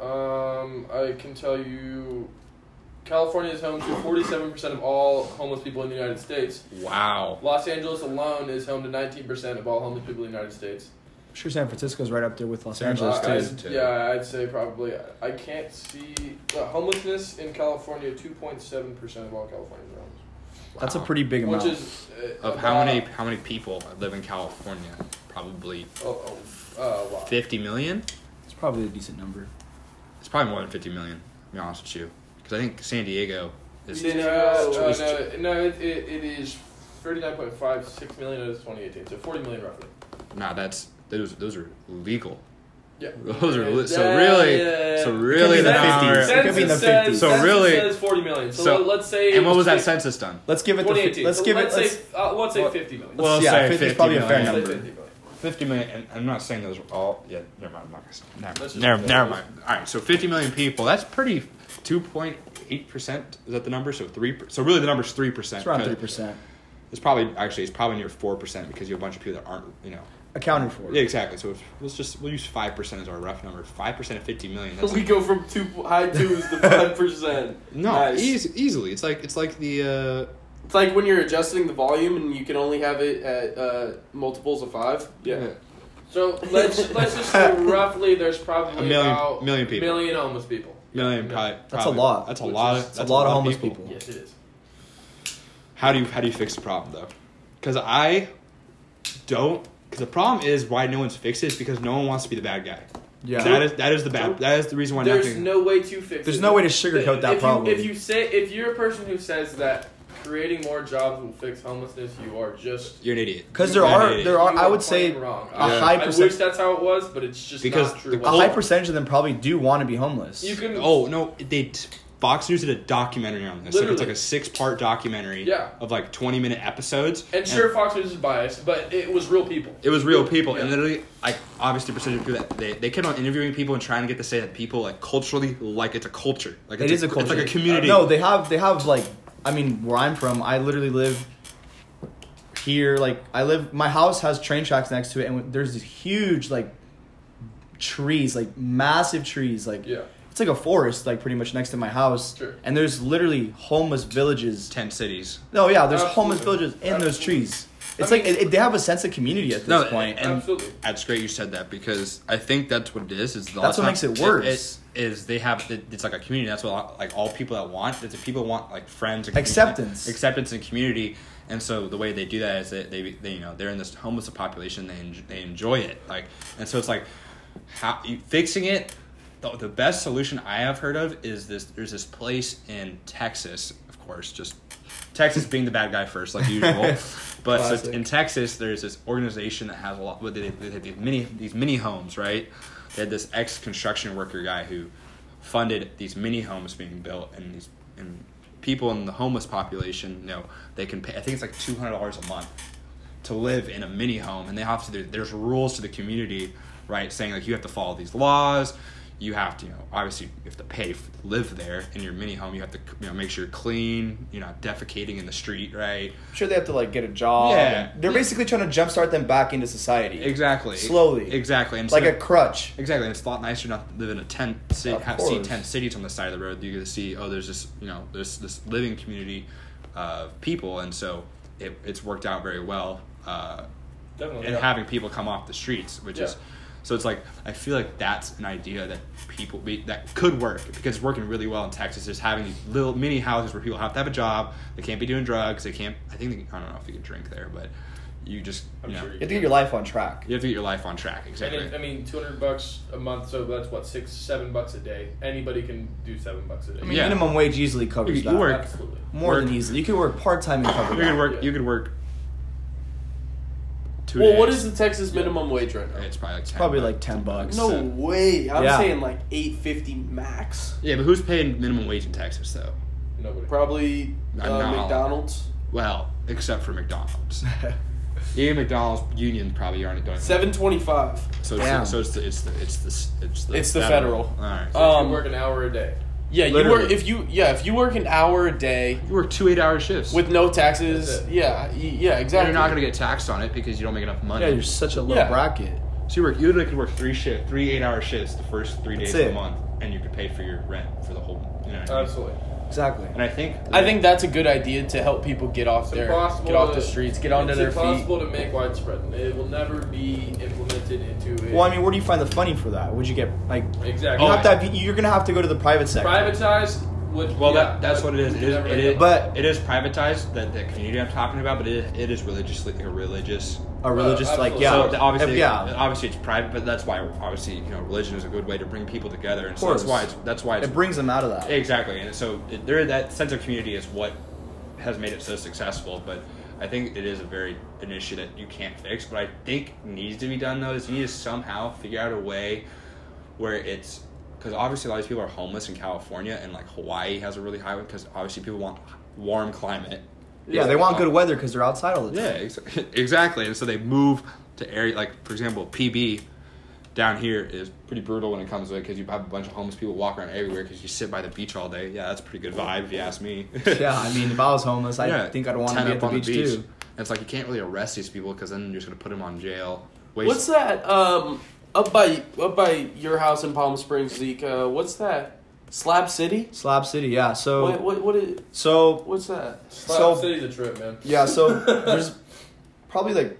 Speaker 3: Um, I can tell you, California is home to forty-seven percent of all homeless people in the United States.
Speaker 2: Wow.
Speaker 3: Los Angeles alone is home to nineteen percent of all homeless people in the United States.
Speaker 4: I'm sure San Francisco's right up there with Los
Speaker 2: San Angeles,
Speaker 3: I-
Speaker 2: too.
Speaker 3: I'd- yeah, I'd say probably. I- I can't see uh, homelessness in California. Two point seven percent of all Californians are homeless,
Speaker 4: That's a
Speaker 2: Wow.
Speaker 4: pretty big amount.
Speaker 3: which is uh,
Speaker 2: of how many
Speaker 3: about,
Speaker 2: how many people live in California? Probably
Speaker 3: Oh, oh, uh, a lot.
Speaker 2: fifty million.
Speaker 4: it's probably a decent number.
Speaker 2: It's probably more than 50 million, to be honest with you. Because I think San Diego is.
Speaker 3: Yeah,
Speaker 2: is-
Speaker 3: no, uh,
Speaker 2: is-
Speaker 3: no, no, it, it, it is 39.56 million out of 2018, so 40 million roughly.
Speaker 2: Nah, that's. Those, those are legal.
Speaker 3: Yeah.
Speaker 2: Those are li- so
Speaker 3: Yeah,
Speaker 2: really-
Speaker 3: yeah,
Speaker 2: so
Speaker 3: yeah.
Speaker 2: really
Speaker 4: Could be the
Speaker 2: the number.
Speaker 4: 50s. It could be in the
Speaker 3: Census says-
Speaker 4: 50s.
Speaker 2: So
Speaker 3: census
Speaker 2: really-
Speaker 3: says 40 million. So,
Speaker 2: so-
Speaker 3: let- let's say
Speaker 2: And what was that
Speaker 3: fif-
Speaker 2: census done?
Speaker 4: Let's give it the.
Speaker 3: 2018.
Speaker 4: Let's
Speaker 3: So
Speaker 4: give it.
Speaker 3: let's
Speaker 4: Let's,
Speaker 3: say uh, let's say
Speaker 4: well,
Speaker 3: 50 million.
Speaker 4: let's- yeah,
Speaker 2: say
Speaker 4: 50 is probably a fair
Speaker 3: Let's say
Speaker 4: number.
Speaker 3: 50 million.
Speaker 2: 50 million, and I'm not saying those are all. Yeah, never mind. I'm not gonna,
Speaker 3: Let's just-
Speaker 2: never, never, never mind. All right, so 50 million people. That's pretty. 2.8%? Is that the number? So 3 per- So really the number's 3%.
Speaker 4: it's around
Speaker 2: 'cause
Speaker 4: three percent
Speaker 2: It's probably. Actually, it's probably near 4% because you have a bunch of people that aren't, you know.
Speaker 4: accounted for.
Speaker 2: Yeah, exactly. So if, let's just. We'll use 5% as our rough number. 5% of 50 million. That's
Speaker 5: We go from two high twos to five percent.
Speaker 2: No,
Speaker 5: Nice.
Speaker 2: eas- easily. It's like it's like the uh,
Speaker 5: It's like when you're adjusting the volume and you can only have it at uh, multiples of five.
Speaker 2: yeah.
Speaker 3: So let's let's just say roughly there's probably
Speaker 2: A million-
Speaker 3: about
Speaker 2: million people.
Speaker 3: million homeless people.
Speaker 2: million. Probably,
Speaker 4: That's a
Speaker 2: probably-
Speaker 4: lot.
Speaker 2: That's a
Speaker 4: Which
Speaker 2: lot.
Speaker 4: is-
Speaker 2: of, that's
Speaker 4: it's a lot of homeless people.
Speaker 3: Yes, it is.
Speaker 2: How do you how do you fix the problem though? Because I don't. Because the problem is why no one's fixed it is because no one wants to be the bad guy.
Speaker 4: Yeah.
Speaker 2: that is that is the bad. That is the reason why
Speaker 3: There's
Speaker 2: nothing.
Speaker 3: no way to fix it.
Speaker 4: There's no way to sugarcoat that
Speaker 3: if
Speaker 4: problem.
Speaker 3: You, if you say if you're a person who says that creating more jobs will fix homelessness, you are just
Speaker 2: You're an idiot.
Speaker 4: Because there
Speaker 2: You're an
Speaker 4: are
Speaker 2: idiot.
Speaker 4: there are
Speaker 3: You
Speaker 4: I
Speaker 3: are
Speaker 4: would say
Speaker 3: plain wrong.
Speaker 4: a
Speaker 3: I-
Speaker 4: high
Speaker 3: I
Speaker 4: percent-
Speaker 3: wish that's how it was, but it's just
Speaker 2: Because
Speaker 3: not true.
Speaker 2: the
Speaker 4: a
Speaker 3: Well,
Speaker 4: high percentage of them probably do want to be homeless.
Speaker 3: you can
Speaker 2: Oh no! They t- Fox News did a documentary on this. Like, it's
Speaker 3: Literally.
Speaker 2: like a six-part documentary
Speaker 3: Yeah.
Speaker 2: of like twenty-minute episodes.
Speaker 3: and sure Fox News is biased, but it was real people.
Speaker 2: it was real people, and
Speaker 3: Yeah.
Speaker 2: literally, like obviously, percentage of people that they, they kept on interviewing people and trying to get to say that people like culturally like it's a culture. Like
Speaker 4: it
Speaker 2: it's
Speaker 4: is a culture.
Speaker 2: It's like a community.
Speaker 4: No, they have they have like I mean where I'm from, I literally live here. Like I live, my house has train tracks next to it, and there's these huge like trees, like massive trees, like
Speaker 3: Yeah.
Speaker 4: it's like a forest, like pretty much next to my house.
Speaker 3: Sure.
Speaker 4: And there's literally homeless villages.
Speaker 2: tent cities.
Speaker 4: No, yeah, there's homeless
Speaker 3: Absolutely.
Speaker 4: villages in those trees. It's
Speaker 3: mean-
Speaker 4: like it, it- they have a sense of community at this
Speaker 2: No,
Speaker 4: point.
Speaker 2: and-
Speaker 3: Absolutely.
Speaker 2: That's great you said that because I think that's what it is. Is the lot
Speaker 4: That's what
Speaker 2: of
Speaker 4: makes it
Speaker 2: times
Speaker 4: worse.
Speaker 2: It, it, is they have it- it's like a community. That's what all- like all people that want. That the people want like friends, and community-
Speaker 4: Acceptance.
Speaker 2: acceptance, and community. And so the way they do that is that they, they you know they're in this homeless population. They en- they enjoy it like and so it's like how you, fixing it. The, the best solution I have heard of is this. There's this place in Texas, of course, just Texas being the bad guy first, like usual. but so
Speaker 1: Classic.
Speaker 2: in Texas, there's this organization that has a lot. Well, they, they, they, these mini these mini homes, right? They had this ex construction worker guy who funded these mini homes being built, and these and people in the homeless population, you know, they can pay. I think it's like two hundred dollars a month to live in a mini home, and they have to. there- There's rules to the community, right? Saying like you have to follow these laws. You have to, you know, obviously you have to pay f- to live there in your mini home. You have to, you know, make sure you're clean. You're not defecating in the street, right?
Speaker 4: I'm sure they have to like get a job.
Speaker 2: Yeah.
Speaker 4: They're basically trying to jumpstart them back into society.
Speaker 2: Exactly.
Speaker 4: Slowly.
Speaker 2: Exactly. And
Speaker 4: Like
Speaker 2: so-
Speaker 4: a crutch.
Speaker 2: Exactly, and it's a lot nicer not to live in a tent, see,
Speaker 4: Of
Speaker 2: have, see
Speaker 4: course.
Speaker 2: tent cities on the side of the road. You get to see, oh, there's this, you know, there's this living community of people, and so it, it's worked out very well. Uh,
Speaker 3: Definitely.
Speaker 2: and
Speaker 3: yeah.
Speaker 2: having people come off the streets, which is,
Speaker 3: Yeah.
Speaker 2: so it's like I feel like that's an idea that people we, that could work because it's working really well in Texas. Is having these little mini houses where people have to have a job, they can't be doing drugs, they can't. I think they, I don't know if you can drink there, but you just,
Speaker 3: I'm
Speaker 2: you know,
Speaker 3: sure
Speaker 4: You
Speaker 3: you
Speaker 4: have to get your life on track.
Speaker 2: you have to get your life on track.
Speaker 3: And
Speaker 2: Exactly.
Speaker 3: it, I mean, two hundred bucks a month, so that's what six, seven bucks a day. Anybody can do seven bucks a day.
Speaker 4: I mean,
Speaker 2: Yeah.
Speaker 4: minimum wage easily covers
Speaker 2: You- you
Speaker 4: that.
Speaker 2: work-
Speaker 3: Absolutely.
Speaker 4: more
Speaker 2: work-
Speaker 4: than easily. You could work part time and cover
Speaker 2: You could
Speaker 4: that.
Speaker 2: work.
Speaker 3: Yeah.
Speaker 2: You could work. Two
Speaker 1: Well, what
Speaker 2: days.
Speaker 1: is the Texas minimum wage right now?
Speaker 2: It's probably like 10
Speaker 4: Probably
Speaker 2: bucks.
Speaker 4: like ten bucks.
Speaker 5: No
Speaker 2: So-
Speaker 5: way. I'm
Speaker 4: Yeah.
Speaker 5: saying like eight fifty max.
Speaker 2: Yeah, but who's paying minimum wage in Texas though?
Speaker 3: Nobody.
Speaker 5: Probably
Speaker 2: Not
Speaker 5: uh,
Speaker 2: now.
Speaker 5: McDonald's.
Speaker 2: Well, except for McDonald's. Even McDonald's unions probably aren't doing. it.
Speaker 5: Seven twenty five.
Speaker 2: So it's,
Speaker 4: Damn.
Speaker 2: so it's the it's the it's the it's the
Speaker 1: It's the federal.
Speaker 2: All right.
Speaker 3: So if
Speaker 1: um,
Speaker 3: you work an hour a day.
Speaker 1: Yeah, you
Speaker 4: Literally.
Speaker 1: work if you yeah if you work an hour a day
Speaker 2: you work two eight-hour shifts.
Speaker 1: with no taxes.
Speaker 3: That's it.
Speaker 1: Yeah, y- yeah,
Speaker 2: And
Speaker 1: exactly.
Speaker 2: you're not gonna get taxed on it because you don't make enough money.
Speaker 4: Yeah, you're such a low
Speaker 1: Yeah.
Speaker 4: bracket.
Speaker 2: so you work. You literally could work three shift, three eight-hour shifts the first three
Speaker 4: That's
Speaker 2: days of the
Speaker 4: it.
Speaker 2: month, and you could pay for your rent for the whole. You know. what I mean?
Speaker 3: Absolutely.
Speaker 4: Exactly.
Speaker 2: And I think.
Speaker 1: I think that's a good idea to help people get off their
Speaker 3: impossible
Speaker 1: get off
Speaker 3: to-
Speaker 1: the streets, get onto
Speaker 3: it's
Speaker 1: their feet.
Speaker 3: impossible to make widespread. It will never be implemented into a
Speaker 4: Well, I mean, where do you find the funding for that? Would you get like? You
Speaker 3: exactly.
Speaker 2: Oh,
Speaker 4: have to have, you're gonna have to go to the private sector.
Speaker 3: privatized would
Speaker 2: Well,
Speaker 3: yeah,
Speaker 2: that, that's
Speaker 3: but
Speaker 2: what it is. It
Speaker 3: you
Speaker 2: is,
Speaker 3: never
Speaker 2: it
Speaker 3: end
Speaker 2: is
Speaker 3: up-
Speaker 4: But-
Speaker 2: it is privatized. That the community I'm talking about, but it is, it is religiously a religious.
Speaker 4: A religious
Speaker 3: Uh,
Speaker 4: like
Speaker 3: absolutely.
Speaker 4: yeah,
Speaker 2: So the- obviously, uh,
Speaker 4: if- yeah.
Speaker 2: obviously it's private, but that's why obviously you know religion is a good way to bring people together, and so
Speaker 4: course.
Speaker 2: that's why it's, that's why it's,
Speaker 4: It brings them out of that.
Speaker 2: exactly. And so it, there, that sense of community is what has made it so successful. But I think it is a very an issue that you can't fix. But I think needs to be done though is you need to somehow figure out a way where it's because obviously a lot of these people are homeless in California and like Hawaii has a really high one because obviously people want warm climate.
Speaker 4: yeah, they want good weather because they're outside all the time.
Speaker 2: Yeah, ex- exactly. And so they move to area like for example PB down here is pretty brutal when it comes to it because you have a bunch of homeless people walk around everywhere because you sit by the beach all day. Yeah, that's a pretty good vibe if you ask me.
Speaker 4: Yeah, I mean, if I was homeless, I
Speaker 2: Yeah,
Speaker 4: think I'd want to
Speaker 2: tent
Speaker 4: be
Speaker 2: up
Speaker 4: at the
Speaker 2: on
Speaker 4: beach, too.
Speaker 2: And it's like you can't really arrest these people because then you're just gonna put them on jail. Waste-
Speaker 1: What's that? Um, up by up by your house in Palm Springs, Zeke. Uh, what's that? Slab City.
Speaker 4: Slab City, yeah. So,
Speaker 1: What what what is,
Speaker 4: so
Speaker 1: what's that?
Speaker 3: Slap
Speaker 4: so-
Speaker 3: City's a trip, man.
Speaker 4: Yeah, so there's probably like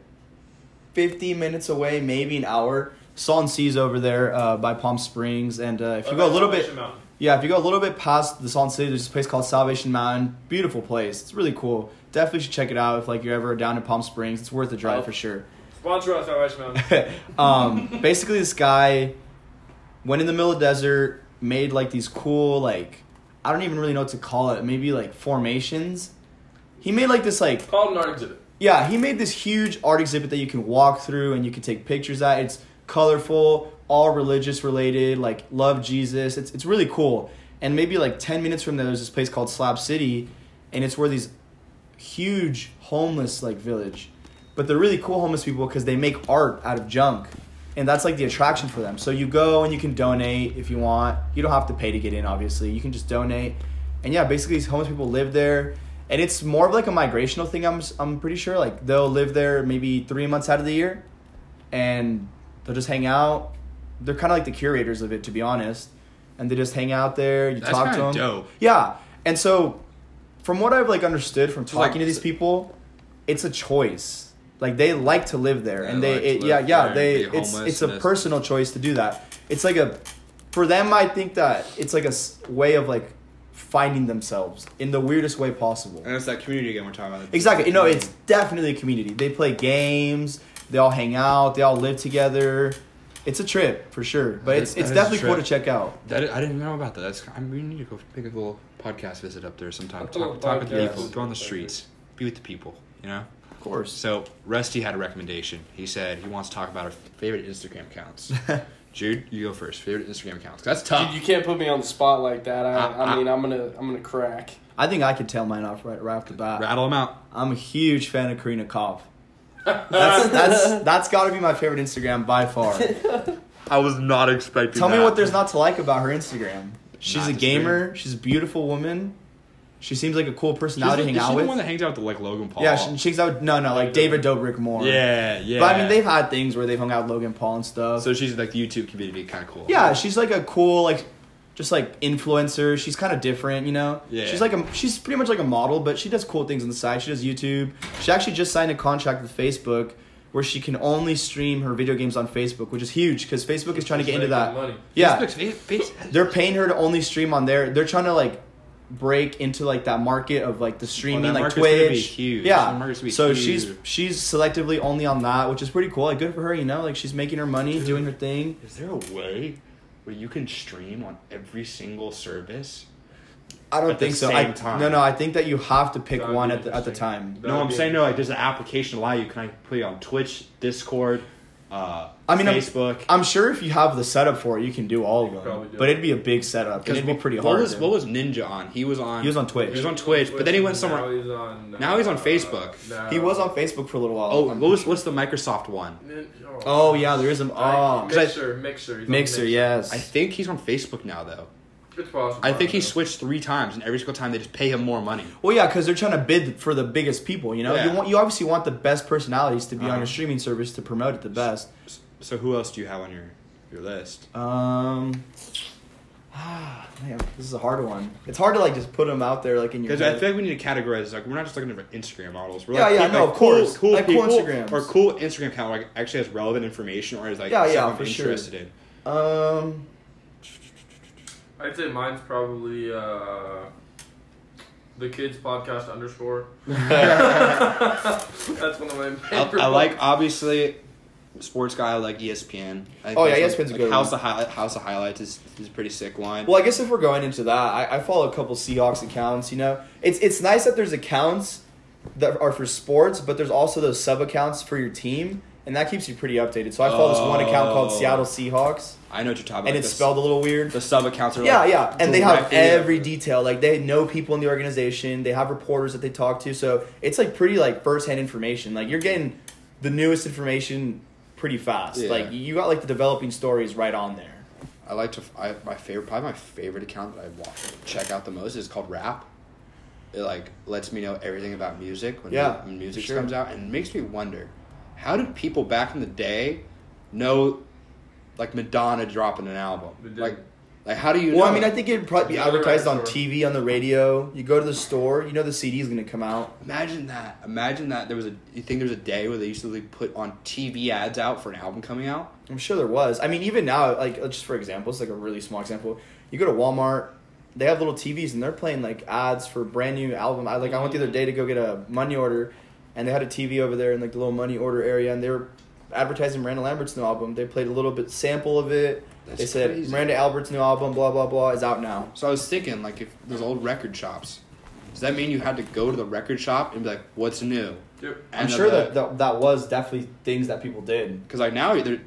Speaker 4: 50 minutes away, maybe an hour. Salt and Sea's over there uh, by Palm Springs, and uh, if you
Speaker 3: What
Speaker 4: go a
Speaker 3: about
Speaker 4: little bit,
Speaker 3: Salvation Mountain?
Speaker 4: yeah, if you go a little bit past the Salt and Sea, there's this place called Salvation Mountain. Beautiful place. It's really cool. Definitely should check it out if like you're ever down in Palm Springs. It's worth a drive
Speaker 1: Oh.
Speaker 4: for sure.
Speaker 3: Sponsor us, Salvation Mountain.
Speaker 4: um, basically, this guy went in the middle of the desert, made like these cool like I don't even really know what to call it. Maybe like formations, He made like this like
Speaker 3: Called an art exhibit.
Speaker 4: yeah, he made this huge art exhibit that you can walk through and you can take pictures at. It's colorful, all religious related, like love Jesus. It's it's really cool. And maybe like 10 minutes from there there's this place called Slab City and it's where these huge homeless like village. But they're really cool homeless people because they make art out of junk. And that's like the attraction for them. So you go and you can donate if you want. You don't have to pay to get in, obviously. You can just donate. And yeah, basically these homeless people live there. And it's more of like a migrational thing, I'm, s- I'm pretty sure. Like they'll live there maybe three months out of the year and they'll just hang out. They're kind of like the curators of it, to be honest. And they just hang out there. You
Speaker 2: That's
Speaker 4: talk to
Speaker 2: kinda
Speaker 4: them.
Speaker 2: dope.
Speaker 4: Yeah. And so from what I've like understood from
Speaker 2: like-
Speaker 4: talking to these people, it's a choice. Like they like to live there,
Speaker 2: They
Speaker 4: and they
Speaker 2: like to
Speaker 4: it,
Speaker 2: live
Speaker 4: yeah yeah
Speaker 2: there,
Speaker 4: they
Speaker 2: be
Speaker 4: it's
Speaker 2: homeless,
Speaker 4: it's a
Speaker 2: and it's-
Speaker 4: personal choice to do that. It's like a for them I think that it's like a s- way of like finding themselves in the weirdest way possible.
Speaker 2: And Mm-hmm. it's that community again we're talking about.
Speaker 4: Exactly. You know, it's definitely a community. They play games. They all hang out. They all live together. It's a trip for sure, but it's
Speaker 2: That
Speaker 4: it's
Speaker 2: is a
Speaker 4: definitely cool to
Speaker 2: trip.
Speaker 4: check out.
Speaker 2: That I didn't know about that. That's I mean, we need to go pick a little podcast visit up there sometime.
Speaker 3: A little
Speaker 2: Talk, talk with the
Speaker 3: podcast.
Speaker 2: people. Go on the streets. Be with the people. You know.
Speaker 4: Of course.
Speaker 2: So Rusty had a recommendation. He said he wants to talk about our favorite Instagram accounts. Jude, you go first. Favorite Instagram accounts. That's tough.
Speaker 5: Dude, you can't put me on the spot like that. I,
Speaker 1: Uh,
Speaker 2: I-
Speaker 5: I,
Speaker 2: I-
Speaker 5: mean, I'm gonna, I'm gonna crack.
Speaker 4: I think I could tell mine off right, right off the bat.
Speaker 2: Rattle them out.
Speaker 4: I'm a huge fan of Karina Kopp. That's that's that's got to be my favorite Instagram by far.
Speaker 2: I was not expecting.
Speaker 4: Tell me what there's not to like about her Instagram. She's
Speaker 2: Not
Speaker 4: a
Speaker 2: disagreeing.
Speaker 4: gamer. She's a beautiful woman. She seems like a cool
Speaker 2: She's
Speaker 4: personality
Speaker 2: the,
Speaker 4: to hang
Speaker 2: she's
Speaker 4: out
Speaker 2: the
Speaker 4: with.
Speaker 2: one that hangs out with like Logan Paul.
Speaker 4: yeah, she, she's out. No, no, like David Dobrik more.
Speaker 2: yeah, yeah.
Speaker 4: But I mean, they've had things where they've hung out with Logan Paul and stuff.
Speaker 2: so she's like the YouTube community, kind of cool.
Speaker 4: yeah, she's like a cool, like, just like influencer. She's kind of different, you know.
Speaker 2: Yeah.
Speaker 4: She's like a, she's pretty much like a model, but she does cool things on the side. She does YouTube. She actually just signed a contract with Facebook where she can only stream her video games on Facebook, which is huge because Facebook is trying to get into that.
Speaker 3: Money.
Speaker 4: Yeah,
Speaker 2: Facebook's- they- they-
Speaker 4: they're paying her to only stream on there. They're trying to like break into like that market of like the streaming,
Speaker 2: Oh, that
Speaker 4: like
Speaker 2: market's gonna be
Speaker 4: Twitch.
Speaker 2: huge. That
Speaker 4: Yeah.
Speaker 2: market's gonna be
Speaker 4: so
Speaker 2: huge.
Speaker 4: she's she's selectively only on that, which is pretty cool. Like good for her, you know. Like she's making her money, doing her thing.
Speaker 2: Is there a way where you can stream on every single service?
Speaker 4: I don't
Speaker 2: At the
Speaker 4: think so. I,
Speaker 2: same time.
Speaker 4: No, no. I think that you have to pick
Speaker 3: That'd be
Speaker 4: one at the at the
Speaker 3: interesting.
Speaker 4: time.
Speaker 3: That
Speaker 2: no,
Speaker 3: would
Speaker 2: I'm
Speaker 3: be
Speaker 2: saying no. Like, does an application allow you? Can I put it on Twitch, Discord, uh,
Speaker 4: I mean, I'm-
Speaker 2: Facebook?
Speaker 4: I'm sure if you have the setup for it, you can do all
Speaker 3: You
Speaker 4: of
Speaker 3: could probably
Speaker 4: them.
Speaker 3: do
Speaker 4: But
Speaker 3: it.
Speaker 4: it'd be a big setup. and It'd be
Speaker 2: what-
Speaker 4: pretty
Speaker 2: what
Speaker 4: hard.
Speaker 2: was what was Ninja on? He was on.
Speaker 4: he was on Twitch.
Speaker 2: He was on Twitch, but then he went
Speaker 3: Now
Speaker 2: somewhere.
Speaker 3: he's on. uh,
Speaker 2: Now he's on Facebook.
Speaker 3: now-
Speaker 4: He was on Facebook for a little while.
Speaker 2: Oh, what was what's the Microsoft one?
Speaker 3: Nin-
Speaker 4: Oh yeah, there is an
Speaker 3: I-
Speaker 4: oh
Speaker 3: Mixer, mixer, he's on
Speaker 4: mixer. Yes.
Speaker 2: I think he's on Facebook now, though.
Speaker 3: It's possible.
Speaker 2: I think he
Speaker 3: don't know.
Speaker 2: switched three times, and every single time they just pay him more money.
Speaker 4: Well, yeah, because they're trying to bid for the biggest people. You know,
Speaker 2: Yeah.
Speaker 4: you want you obviously want the best personalities to be on
Speaker 2: Uh-huh.
Speaker 4: your streaming service to promote it the best.
Speaker 2: So who else do you have on your your list?
Speaker 4: Um, ah, man, this is a hard one. It's hard to like just put them out there like in your.
Speaker 2: Because I
Speaker 4: head.
Speaker 2: feel like we need to categorize. Like we're not just looking at Instagram models. We're
Speaker 4: Yeah,
Speaker 2: like,
Speaker 4: yeah,
Speaker 2: people-
Speaker 4: no,
Speaker 2: like,
Speaker 4: of course.
Speaker 2: cool, cool
Speaker 4: Like, cool
Speaker 2: people
Speaker 4: Instagrams.
Speaker 2: or cool Instagram account like actually has relevant information or is like
Speaker 4: Yeah, yeah,
Speaker 2: something I'm
Speaker 4: for sure.
Speaker 2: interested in.
Speaker 4: um,
Speaker 3: I'd say mine's probably uh, the kids podcast underscore. That's one of my.
Speaker 2: I,
Speaker 3: favorite
Speaker 2: I like obviously sports guy I like E ESPN. I think
Speaker 4: Oh, yeah,
Speaker 2: that's,
Speaker 4: ESPN's a
Speaker 2: like,
Speaker 4: good
Speaker 2: House of Highlight, House of Highlights is, is a pretty sick one.
Speaker 4: well, I guess if we're going into that, I, I follow a couple Seahawks accounts. You know, it's it's nice that there's accounts that are for sports, but there's also those sub accounts for your team, and that keeps you pretty updated. So I follow this one account called
Speaker 2: Oh.
Speaker 4: Seattle Seahawks,
Speaker 2: I know what you're talking about.
Speaker 4: and it's
Speaker 2: the-
Speaker 4: spelled a little weird.
Speaker 2: The sub accounts are
Speaker 4: Yeah,
Speaker 2: like,
Speaker 4: yeah, and they have
Speaker 2: directly- uh,
Speaker 4: every detail. Like they know people in the organization. They have reporters that they talk to. So it's like pretty like firsthand information. Like you're getting the newest information pretty fast.
Speaker 2: Yeah.
Speaker 4: Like you got like the developing stories right on there.
Speaker 2: I like to. I, my favorite, probably my favorite account that I wa- check out the most is called Rap. It like lets me know everything about music when,
Speaker 4: Yeah,
Speaker 2: when music
Speaker 4: sure.
Speaker 2: comes out, and it makes me wonder, how did people back in the day know, like Madonna dropping an album?
Speaker 3: They didn't.
Speaker 2: Like, like how do you?
Speaker 4: Well,
Speaker 2: know?
Speaker 4: I mean, I think it'd probably be
Speaker 3: Yeah, you're right,
Speaker 4: advertised on
Speaker 3: sure.
Speaker 4: TV, on the radio. You go to the store, you know the CD is gonna come out.
Speaker 2: imagine that. Imagine that there was a. You think there's a day where they used to like put on TV ads out for an album coming out?
Speaker 4: I'm sure there was. I mean, even now, like uh, just for example, it's like a really small example. You go to Walmart. They have little TVs and they're playing like ads for brand new album. I like I went the
Speaker 2: Mm-hmm.
Speaker 4: other day to go get a money order, and they had a TV over there in like the little money order area, and they were advertising Miranda Lambert's new album. They played a little bit sample of it. they
Speaker 2: That's
Speaker 4: said
Speaker 2: crazy.
Speaker 4: Miranda Albert's new album, blah blah blah, is out now.
Speaker 2: So I was thinking, like, if there's old record shops, Does that mean you had to go to the record shop and be like, "What's new?"
Speaker 3: Yep.
Speaker 4: I'm sure that, that that was definitely things that people did.
Speaker 2: because like now there,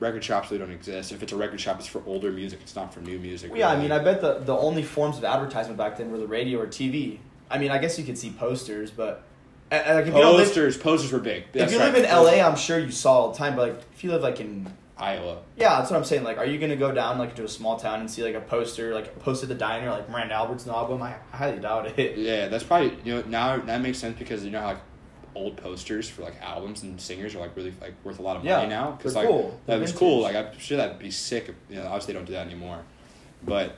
Speaker 2: record shops really don't exist. If it's a record shop, it's for older music. It's not for new music.
Speaker 4: Well, yeah, I
Speaker 2: really.
Speaker 4: mean, I bet the, the only forms of advertisement back then were the radio or TV. I mean, I guess you could see posters, but uh, uh, like if you, don't live,
Speaker 2: posters. posters were big.
Speaker 4: if
Speaker 2: That's
Speaker 4: you
Speaker 2: right.
Speaker 4: live in LA, I'm sure you saw all the time. But like, if you live like in
Speaker 2: Iowa.
Speaker 4: yeah, that's what I'm saying. Like, are you gonna go down like to a small town and see like a poster, like a poster at the diner, like Miranda Albert's new album? I highly doubt it.
Speaker 2: Yeah, that's probably you know now that makes sense because you know how like old posters for like albums and singers are like really like worth a lot of money
Speaker 4: Yeah,
Speaker 2: now because
Speaker 4: they're
Speaker 2: like
Speaker 4: cool.
Speaker 2: that
Speaker 4: They're
Speaker 2: was cool. Like
Speaker 4: vintage.
Speaker 2: I'm sure that'd be sick. If, you know, obviously they don't do that anymore, but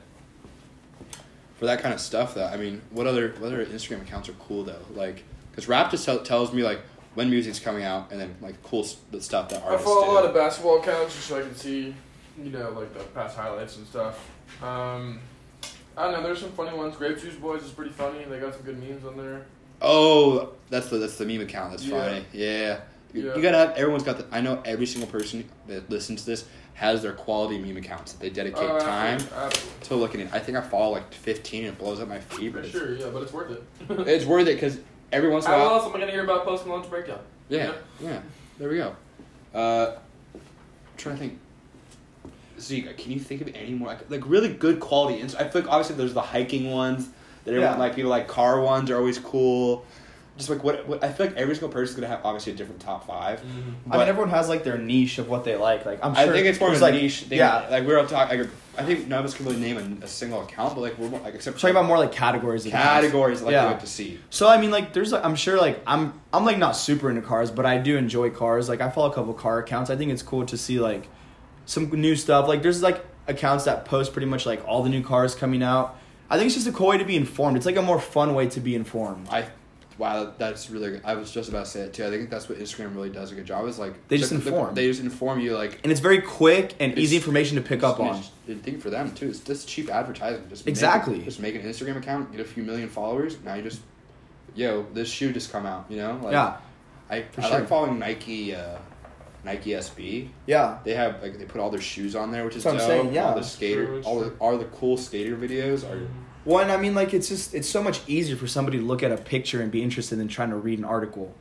Speaker 2: for that kind of stuff, though, I mean, what other what other Instagram accounts are cool though? Like because rap just tell, tells me like when music's coming out and then like cool s- the stuff that
Speaker 3: I
Speaker 2: artists
Speaker 3: follow a lot
Speaker 2: do.
Speaker 3: of basketball accounts just so I can see, you know, like the past highlights and stuff. Um, I don't know. There's some funny ones. Grape Juice Boys is pretty funny. They got some good memes on there.
Speaker 2: Oh, that's the that's the meme account. That's
Speaker 3: Yeah.
Speaker 2: funny. Yeah. You,
Speaker 3: Yeah.
Speaker 2: you gotta have everyone's got the I know every single person that listens to this has their quality meme accounts that they dedicate
Speaker 3: Oh,
Speaker 2: time
Speaker 3: absolutely, absolutely.
Speaker 2: to looking at. I think I follow like fifteen and it blows up my feed. but
Speaker 3: For
Speaker 2: it's-
Speaker 3: sure, yeah, but it's worth it.
Speaker 2: It's worth it because every once in a
Speaker 3: How
Speaker 2: while.
Speaker 3: else am I gonna hear about Post Malone's breakdown?
Speaker 2: Yeah, yeah. There we go. Uh, I'm trying to think. Zeke, can you think of any more like, like really good quality? Ins- I feel like obviously there's the hiking ones that everyone
Speaker 4: Yeah.
Speaker 2: like people like car ones are always cool. Just like what, what I feel like every single person's gonna have obviously a different top five.
Speaker 4: I mean,
Speaker 2: But
Speaker 4: everyone has like their niche of what they like. Like, I'm
Speaker 2: I
Speaker 4: sure
Speaker 2: think it's more of
Speaker 4: there's,
Speaker 2: a
Speaker 4: like,
Speaker 2: niche thing.
Speaker 4: Yeah,
Speaker 2: like we we're all talking. Like, I think none of us can really name a, a single account, but like we're more, like except
Speaker 4: I'm talking about more like categories. Of accounts.
Speaker 2: categories like
Speaker 4: Yeah.
Speaker 2: we like to see.
Speaker 4: So I mean, like, there's, like, I'm sure, like, I'm, I'm like not super into cars, but I do enjoy cars. Like, I follow a couple car accounts. I think it's cool to see like some new stuff. Like, there's like accounts that post pretty much like all the new cars coming out. I think it's just a cool way to be informed. It's like a more fun way to be informed.
Speaker 2: I wow, that's really. good. I was just about to say it too. I think that's what Instagram really does a good job. Is like
Speaker 4: They just inform.
Speaker 2: they just inform you like
Speaker 4: and it's very quick and easy
Speaker 2: It's-
Speaker 4: information to pick up on.
Speaker 2: It's- The thing for them too is just cheap advertising. Just make-
Speaker 4: Exactly.
Speaker 2: just make an Instagram account, get a few million followers. Now you just yo, this shoe just come out. You know, like,
Speaker 4: yeah,
Speaker 2: I,
Speaker 4: for
Speaker 2: I
Speaker 4: sure.
Speaker 2: like following Nike. Uh, Nike SB,
Speaker 4: yeah.
Speaker 2: they have like they put all their shoes on there, which is
Speaker 4: That's what
Speaker 2: dope.
Speaker 4: I'm saying, yeah.
Speaker 2: all the skater,
Speaker 3: True,
Speaker 2: all the, all the cool skater videos are
Speaker 4: Well, and I mean, like, it's just it's so much easier for somebody to look at a picture and be interested than trying to read an article.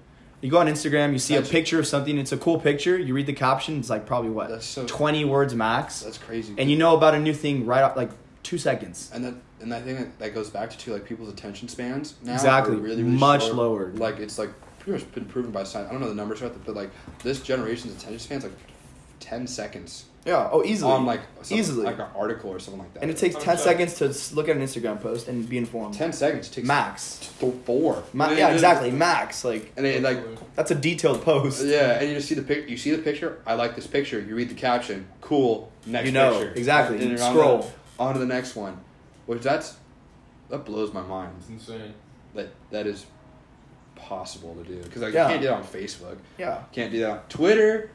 Speaker 4: You go on Instagram, you see a
Speaker 2: That's-
Speaker 4: picture of something. It's a cool picture. You read the caption. It's like probably what
Speaker 2: That's so-
Speaker 4: twenty words max,
Speaker 2: that's crazy.
Speaker 4: and you know about a new thing right off like two seconds.
Speaker 2: And that and I think that, that goes back to too, like people's attention spans now are
Speaker 4: Exactly. Much lower.
Speaker 2: Like it's like pretty much been proven by science. I don't know the numbers right, but like this generation's attention spans like ten seconds
Speaker 4: Yeah. Oh, easily.
Speaker 2: on Um, like some-
Speaker 4: easily.
Speaker 2: like an article or something like that.
Speaker 4: and it takes
Speaker 3: I'm
Speaker 4: ten
Speaker 3: sorry.
Speaker 4: seconds to s- look at an Instagram post and be informed.
Speaker 2: ten seconds takes
Speaker 4: max.
Speaker 2: th- four.
Speaker 4: Ma-
Speaker 2: And
Speaker 4: yeah,
Speaker 2: it-
Speaker 4: exactly. Max. Like
Speaker 2: And it, like
Speaker 4: that's a detailed post.
Speaker 2: yeah, and you just see the pic. You see the picture. I like this picture. You read the caption. Cool. Next
Speaker 4: You know,
Speaker 2: picture.
Speaker 4: exactly.
Speaker 2: And you're On
Speaker 4: Scroll.
Speaker 2: to, on to the next one, which that's that blows my mind.
Speaker 3: It's insane.
Speaker 2: that that is possible to do because like
Speaker 4: Yeah.
Speaker 2: you can't do that on Facebook.
Speaker 4: Yeah.
Speaker 2: Can't do that on Twitter.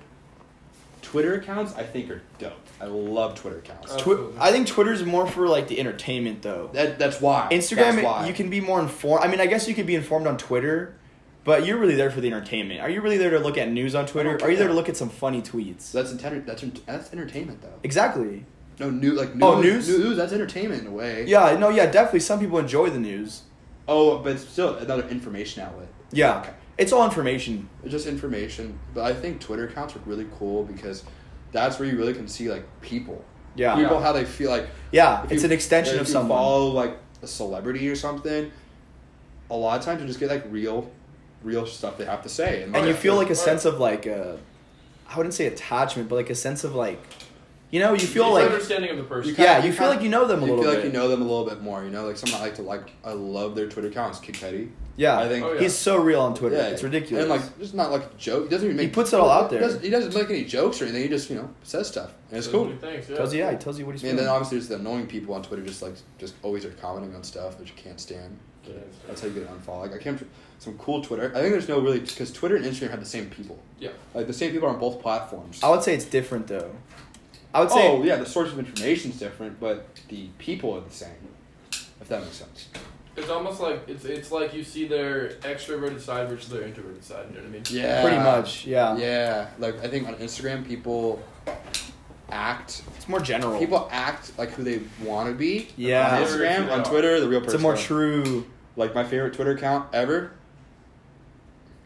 Speaker 2: Twitter accounts I think are dope. I love Twitter accounts.
Speaker 3: Uh,
Speaker 4: Twi- I think Twitter's more for like the entertainment though.
Speaker 2: that that's why
Speaker 4: Instagram,
Speaker 2: That's why.
Speaker 4: you can be more informed. I mean, I guess you could be informed on Twitter, but you're really there for the entertainment. Are you really there to look at news on Twitter?
Speaker 2: Okay.
Speaker 4: Are you there to look at some funny tweets?
Speaker 2: So that's enter- that's ent- that's entertainment though.
Speaker 4: Exactly.
Speaker 2: No new like news,
Speaker 4: Oh, news?
Speaker 2: news that's entertainment in a way.
Speaker 4: Yeah. No. Yeah. Definitely. Some people enjoy the news.
Speaker 2: Oh, but it's still another information outlet.
Speaker 4: Yeah.
Speaker 2: Okay.
Speaker 4: It's all information.
Speaker 2: It's just information, but I think Twitter accounts are really cool because that's where you really can see like people.
Speaker 4: Yeah.
Speaker 2: People
Speaker 3: Yeah.
Speaker 2: how they feel like
Speaker 4: Yeah.
Speaker 2: If
Speaker 4: It's
Speaker 2: you-
Speaker 4: an extension
Speaker 2: if
Speaker 4: of
Speaker 2: you
Speaker 4: someone.
Speaker 2: Follow like a celebrity or something. A lot of times you just get like real, real stuff they have to say,
Speaker 4: and you
Speaker 2: like,
Speaker 4: feel like a
Speaker 3: Right.
Speaker 4: sense of like, uh, I wouldn't say attachment, but like a sense of like, you know, you feel
Speaker 3: It's
Speaker 4: like,
Speaker 3: understanding of the person.
Speaker 2: You
Speaker 4: yeah,
Speaker 2: kinda-
Speaker 4: you feel
Speaker 2: kinda-
Speaker 4: like you know them a
Speaker 2: you
Speaker 4: little
Speaker 2: feel
Speaker 4: bit.
Speaker 2: like you know them a little bit more. You know, like someone I like to like. I love their Twitter accounts, Kid Cudi.
Speaker 4: Yeah.
Speaker 2: I think
Speaker 3: Oh, yeah.
Speaker 4: He's so real on Twitter.
Speaker 2: Yeah,
Speaker 4: It's ridiculous.
Speaker 2: And like, just not like a joke. He doesn't even
Speaker 4: He
Speaker 2: make.
Speaker 4: puts it all out
Speaker 2: he
Speaker 4: there.
Speaker 2: Doesn't, he doesn't make any jokes or anything. He just you know says stuff, and it's cool.
Speaker 3: Thanks, yeah.
Speaker 4: tells you, yeah, he tells you what he's
Speaker 2: And
Speaker 4: feeling.
Speaker 2: then obviously there's the annoying people on Twitter just like just always are commenting on stuff that you can't stand. That's how you get an unfollow. Like I can't some cool Twitter. I think there's no really because Twitter and Instagram have the same people.
Speaker 3: Yeah.
Speaker 2: Like the same people are on both platforms.
Speaker 4: I would say it's different though. I would say
Speaker 2: oh yeah, the source of information is different, but the people are the same. If that makes sense.
Speaker 3: It's almost like it's it's like you see their extroverted side versus their introverted side. You know what I mean?
Speaker 2: Yeah.
Speaker 4: pretty much, yeah.
Speaker 2: Yeah. Like I think on Instagram people act
Speaker 4: It's more general.
Speaker 2: people act like who they want to be.
Speaker 4: Yeah.
Speaker 2: On Instagram, on Twitter, the real person.
Speaker 4: it's a more true
Speaker 2: Like my favorite Twitter account ever,